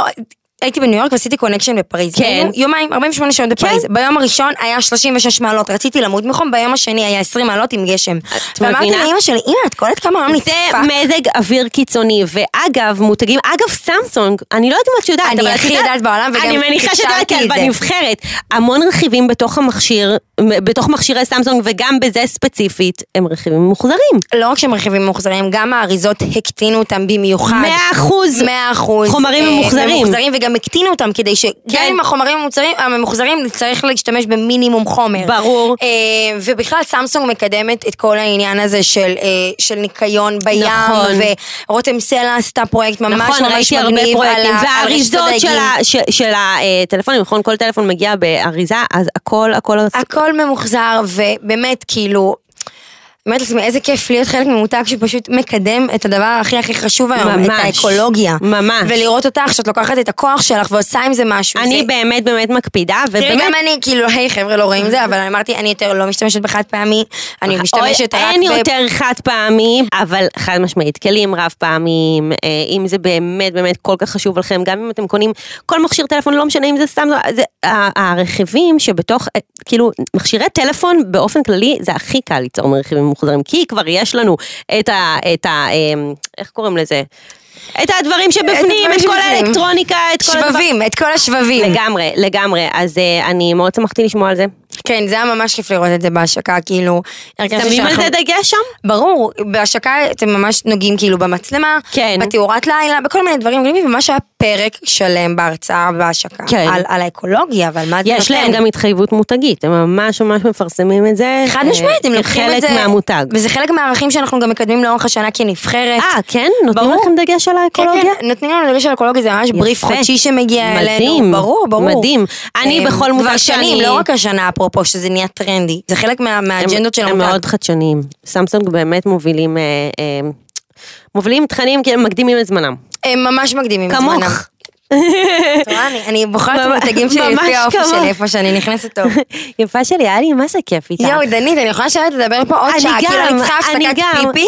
Speaker 3: הייתי בניו יורק ועשיתי קונקשן בפריז.
Speaker 2: כן.
Speaker 3: היינו יומיים, 48 שעות בפריז. ביום הראשון היה 36 מעלות, רציתי למות מחום, ביום השני היה 20 מעלות עם גשם. ואמרתי
Speaker 2: מבינה?
Speaker 3: לאמא שלי, אמא, את קולט כמה העולם
Speaker 2: זה
Speaker 3: נצפה?
Speaker 2: מזג אוויר קיצוני, ואגב, מותגים, אגב, סמסונג, אני לא יודעת אם את יודעת,
Speaker 3: אני
Speaker 2: אבל את
Speaker 3: הכי יודעת בעולם, וגם
Speaker 2: אני מניחה שאת יודעת, כי
Speaker 3: קישרתי
Speaker 2: את
Speaker 3: את זה.
Speaker 2: בנבחרת. המון רכיבים בתוך המכשיר, בתוך מכשירי סמסונג, וגם בזה ספציפית, הם רכיבים ממוחזרים.
Speaker 3: לא רק שהם רכיבים מאוחזרים, גם האריזות הקטינו אותם במיוחד.
Speaker 2: 100%.
Speaker 3: 100 אחוז. אה,
Speaker 2: חומרים ממוחזרים.
Speaker 3: ממוחזרים וגם הקטינו אותם כדי שגם
Speaker 2: כן.
Speaker 3: עם החומרים המוצרים- הממוחזרים צריך להשתמש במינימום חומר.
Speaker 2: ברור.
Speaker 3: אה, ובכלל סמסונג מקדמת את כל העניין הזה של, אה, של ניקיון בים.
Speaker 2: נכון.
Speaker 3: ורותם סלע עשתה פרויקט ממש
Speaker 2: נכון,
Speaker 3: ממש
Speaker 2: ראיתי הרבה
Speaker 3: מגניב על
Speaker 2: פרויקטים,
Speaker 3: ה- על רשת
Speaker 2: והאריזות של
Speaker 3: הדייגים.
Speaker 2: ה- ש- של הטלפונים, נכון? כל טלפון מגיע באריזה, אז הכל, הכל...
Speaker 3: הכל ממוחזר, ובאמת, כאילו... אומרת לעצמי, איזה כיף להיות חלק ממותג שפשוט מקדם את הדבר הכי הכי חשוב היום, את
Speaker 2: ממש.
Speaker 3: האקולוגיה.
Speaker 2: ממש.
Speaker 3: ולראות אותך, שאת לוקחת את הכוח שלך ועושה עם זה משהו.
Speaker 2: אני
Speaker 3: זה...
Speaker 2: באמת באמת מקפידה,
Speaker 3: תראי,
Speaker 2: ובאמת...
Speaker 3: גם אני, כאילו, היי חבר'ה, לא רואים זה, אבל אמרתי, אני יותר לא משתמשת בחד פעמי, אני משתמשת
Speaker 2: אוי,
Speaker 3: רק
Speaker 2: אה, אין
Speaker 3: ב-
Speaker 2: יותר חד פעמי, אבל חד משמעית, כלים רב פעמיים, אה, אם זה באמת באמת כל כך חשוב לכם, גם אם אתם קונים כל מכשיר טלפון, לא משנה אם זה סתם, זה, ה- הרכיבים שבתוך, אה, כאילו, מכשירי טלפון באופן כללי, זה הכי קל ליצור מרכיבים ממוחזרים, כי כבר יש לנו את ה... את ה אה, איך קוראים לזה? את הדברים שבפנים,
Speaker 3: הדברים
Speaker 2: את כל
Speaker 3: שבפנים.
Speaker 2: האלקטרוניקה, את כל הדברים.
Speaker 3: שבבים, את כל השבבים.
Speaker 2: לגמרי, לגמרי. אז אה, אני מאוד שמחתי לשמוע על זה.
Speaker 3: כן, זה היה ממש כיף לראות את זה בהשקה, כאילו... הרגשתי
Speaker 2: שמים על
Speaker 3: שאנחנו-
Speaker 2: זה דגש שם?
Speaker 3: ברור, בהשקה אתם ממש נוגעים כאילו במצלמה,
Speaker 2: כן.
Speaker 3: בתאורת לילה, בכל מיני דברים גדולים, וממש היה פרק שלם בהרצאה בהשקה.
Speaker 2: כן.
Speaker 3: על, על האקולוגיה ועל מה זה
Speaker 2: יש להם גם התחייבות מותגית, הם ממש ממש מפרסמים את זה.
Speaker 3: חד משמעית, הם
Speaker 2: אה,
Speaker 3: לוקחים את זה...
Speaker 2: כחלק מהמותג.
Speaker 3: וזה חלק מהערכים שאנחנו גם מקדמים לאורך השנה כנבחרת.
Speaker 2: אה, כן? נותנים
Speaker 3: ברור.
Speaker 2: לכם דגש על
Speaker 3: כן,
Speaker 2: האקולוגיה?
Speaker 3: כן, נותנים לנו דגש על אקולוגיה, זה ממש
Speaker 2: יפה.
Speaker 3: בריף חודשי שמגיע אלינו.
Speaker 2: מדהים.
Speaker 3: ברור, ברור.
Speaker 2: מדהים. אני
Speaker 3: אה,
Speaker 2: בכל מותג
Speaker 3: כבר שנים,
Speaker 2: שאני-
Speaker 3: לא רק השנה, אפרופו, שזה נהיה טרנדי. זה חלק מה-
Speaker 2: הם-
Speaker 3: מהאג'נדות של
Speaker 2: הם
Speaker 3: המותג.
Speaker 2: מאוד חדשניים. סמסונג באמת מובילים... אה, אה, מובילים תכנים, כי הם מקדימים את זמנם.
Speaker 3: הם ממש מקדימים את זמנם.
Speaker 2: כמוך.
Speaker 3: את רואה, אני- אני בוחרת את
Speaker 2: ממש-
Speaker 3: המותגים שלי
Speaker 2: ממש
Speaker 3: לפי האופי
Speaker 2: כמוך.
Speaker 3: שלי, איפה שאני נכנסת טוב.
Speaker 2: יפה שלי, היה לי מה זה כיף איתך.
Speaker 3: יואו, דנית, אני יכולה לשבת לדבר פה עוד
Speaker 2: אני
Speaker 3: שעה, כאילו אני
Speaker 2: גם,
Speaker 3: צריכה
Speaker 2: אני
Speaker 3: הפסקת
Speaker 2: גם.
Speaker 3: פיפי,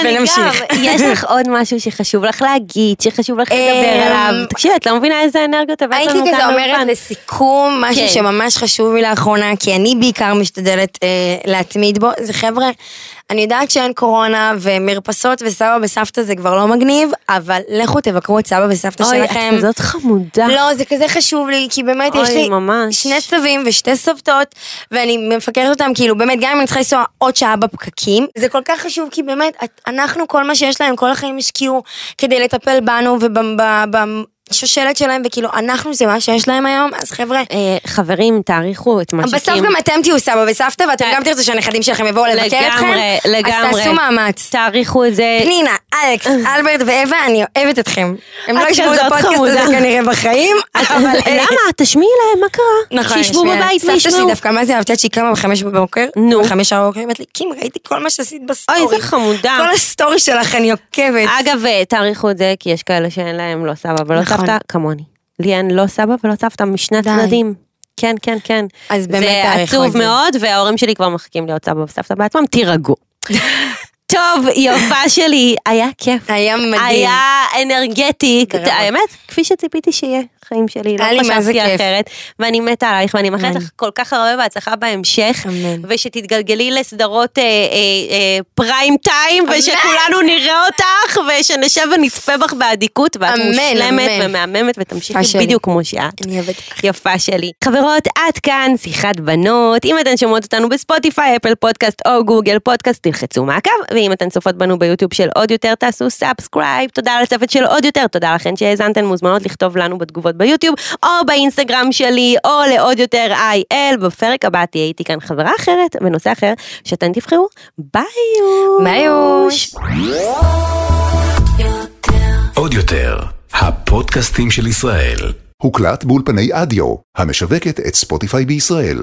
Speaker 2: אני
Speaker 3: ונמשיך.
Speaker 2: גם, יש לך עוד משהו שחשוב לך להגיד, שחשוב לך לדבר
Speaker 3: אמ,
Speaker 2: עליו. תקשיבי, את לא מבינה איזה אנרגיות הבאת לנו
Speaker 3: הייתי
Speaker 2: כאן
Speaker 3: כזה אומרת
Speaker 2: לאולפן.
Speaker 3: לסיכום משהו
Speaker 2: כן.
Speaker 3: שממש חשוב לי לאחרונה, כי אני בעיקר משתדלת אה, להתמיד בו, זה חבר'ה, אני יודעת שאין קורונה ומרפסות וסבא וסבתא זה כבר לא מגניב, אבל לכו תבקרו את סבא וסבתא
Speaker 2: אוי, את
Speaker 3: שלכם.
Speaker 2: כזאת חמודה.
Speaker 3: לא, זה כזה חשוב לי, כי באמת
Speaker 2: אה. אוי,
Speaker 3: יש לי
Speaker 2: ממש.
Speaker 3: שני סבים ושתי סבתות, ואני מפקרת אותם, כאילו, באמת, גם אם אני צריכה לנסוע עוד שעה בפקקים, זה כל כך חשוב, כי באמת, את- אנחנו, כל מה שיש להם, כל החיים השקיעו כדי לטפל בנו ובשושלת שלהם, וכאילו, אנחנו זה מה שיש להם היום, אז חבר'ה,
Speaker 2: אה, חברים, תעריכו את מה
Speaker 3: בסוף גם אתם תהיו סבא וסבתא, ואתם
Speaker 2: אה,
Speaker 3: גם תרצו שהנכדים שלכם יבואו לבקר אתכם,
Speaker 2: לגמרי, לגמרי.
Speaker 3: אז תעשו מאמץ.
Speaker 2: תעריכו את זה.
Speaker 3: פנינה, אלכס, אלברט ואווה, אני אוהבת אתכם. הם לא
Speaker 2: את
Speaker 3: ישמעו את
Speaker 2: כזאת
Speaker 3: הפודקאסט הזה
Speaker 2: חמודה. לא?
Speaker 3: כנראה בחיים, אבל... אה,
Speaker 2: למה? תשמיעי להם, מה קרה?
Speaker 3: נכון,
Speaker 2: שישבו
Speaker 3: שנייה.
Speaker 2: בבית
Speaker 3: סבתא שלי
Speaker 2: וישמעו.
Speaker 3: דווקא, מה זה אהבתי עד שהיא קמה בחמש בבוקר?
Speaker 2: נו.
Speaker 3: בחמש בבוקר, היא אומרת לי, קים, ראיתי כל מה שעשית בסטורי.
Speaker 2: אוי, איזה חמודה.
Speaker 3: כל הסטורי שלך, אני עוקבת.
Speaker 2: אגב, אה, תעריכו את זה, כי יש כאלה שאין להם לא סבא ולא
Speaker 3: נכון.
Speaker 2: סבתא, כמוני. לי אין לא סבא ולא סבתא משני
Speaker 3: די.
Speaker 2: הצדדים. כן, כן, כן.
Speaker 3: אז באמת
Speaker 2: זה
Speaker 3: תעריכו את
Speaker 2: עצוב
Speaker 3: זה.
Speaker 2: מאוד, וההורים שלי כבר מחכים להיות סבא וסבתא בעצמם, תירגעו. טוב, יופה שלי, היה כיף.
Speaker 3: היה מדהים.
Speaker 2: היה אנרגטי,
Speaker 3: ברמות.
Speaker 2: האמת, כפי שציפיתי שיהיה חיים שלי,
Speaker 3: היה לי
Speaker 2: לא
Speaker 3: מה זה
Speaker 2: חשבתי
Speaker 3: כיף.
Speaker 2: אחרת, ואני מתה עלייך, ואני מאחלת
Speaker 3: אמן.
Speaker 2: לך כל כך הרבה בהצלחה בהמשך,
Speaker 3: אמן.
Speaker 2: ושתתגלגלי לסדרות אה, אה, אה, פריים טיים, ושכולנו נראה אותך, ושנשב ונצפה בך באדיקות, ואת
Speaker 3: אמן,
Speaker 2: מושלמת
Speaker 3: אמן.
Speaker 2: ומהממת,
Speaker 3: יפה
Speaker 2: ותמשיכי
Speaker 3: שלי.
Speaker 2: בדיוק כמו שאת.
Speaker 3: אני אוהבת אותך.
Speaker 2: יפה שלי. חברות, עד כאן שיחת בנות. אם אתן שומעות אותנו בספוטיפיי, אפל פודקאסט או גוגל פודקאסט, תלחצו מעקב. ואם אתן צופות בנו ביוטיוב של עוד יותר, תעשו סאבסקרייב. תודה לצוות של עוד יותר, תודה לכן שהאזנתן, מוזמנות לכתוב לנו בתגובות ביוטיוב, או באינסטגרם שלי, או לעוד יותר IL. בפרק הבא תהיה איתי כאן חברה אחרת, בנושא אחר, שאתן תבחרו. ביוש.
Speaker 3: ביוש.
Speaker 1: עוד יותר, הפודקאסטים של ישראל.
Speaker 4: הוקלט באולפני אדיו, המשווקת את ספוטיפיי בישראל.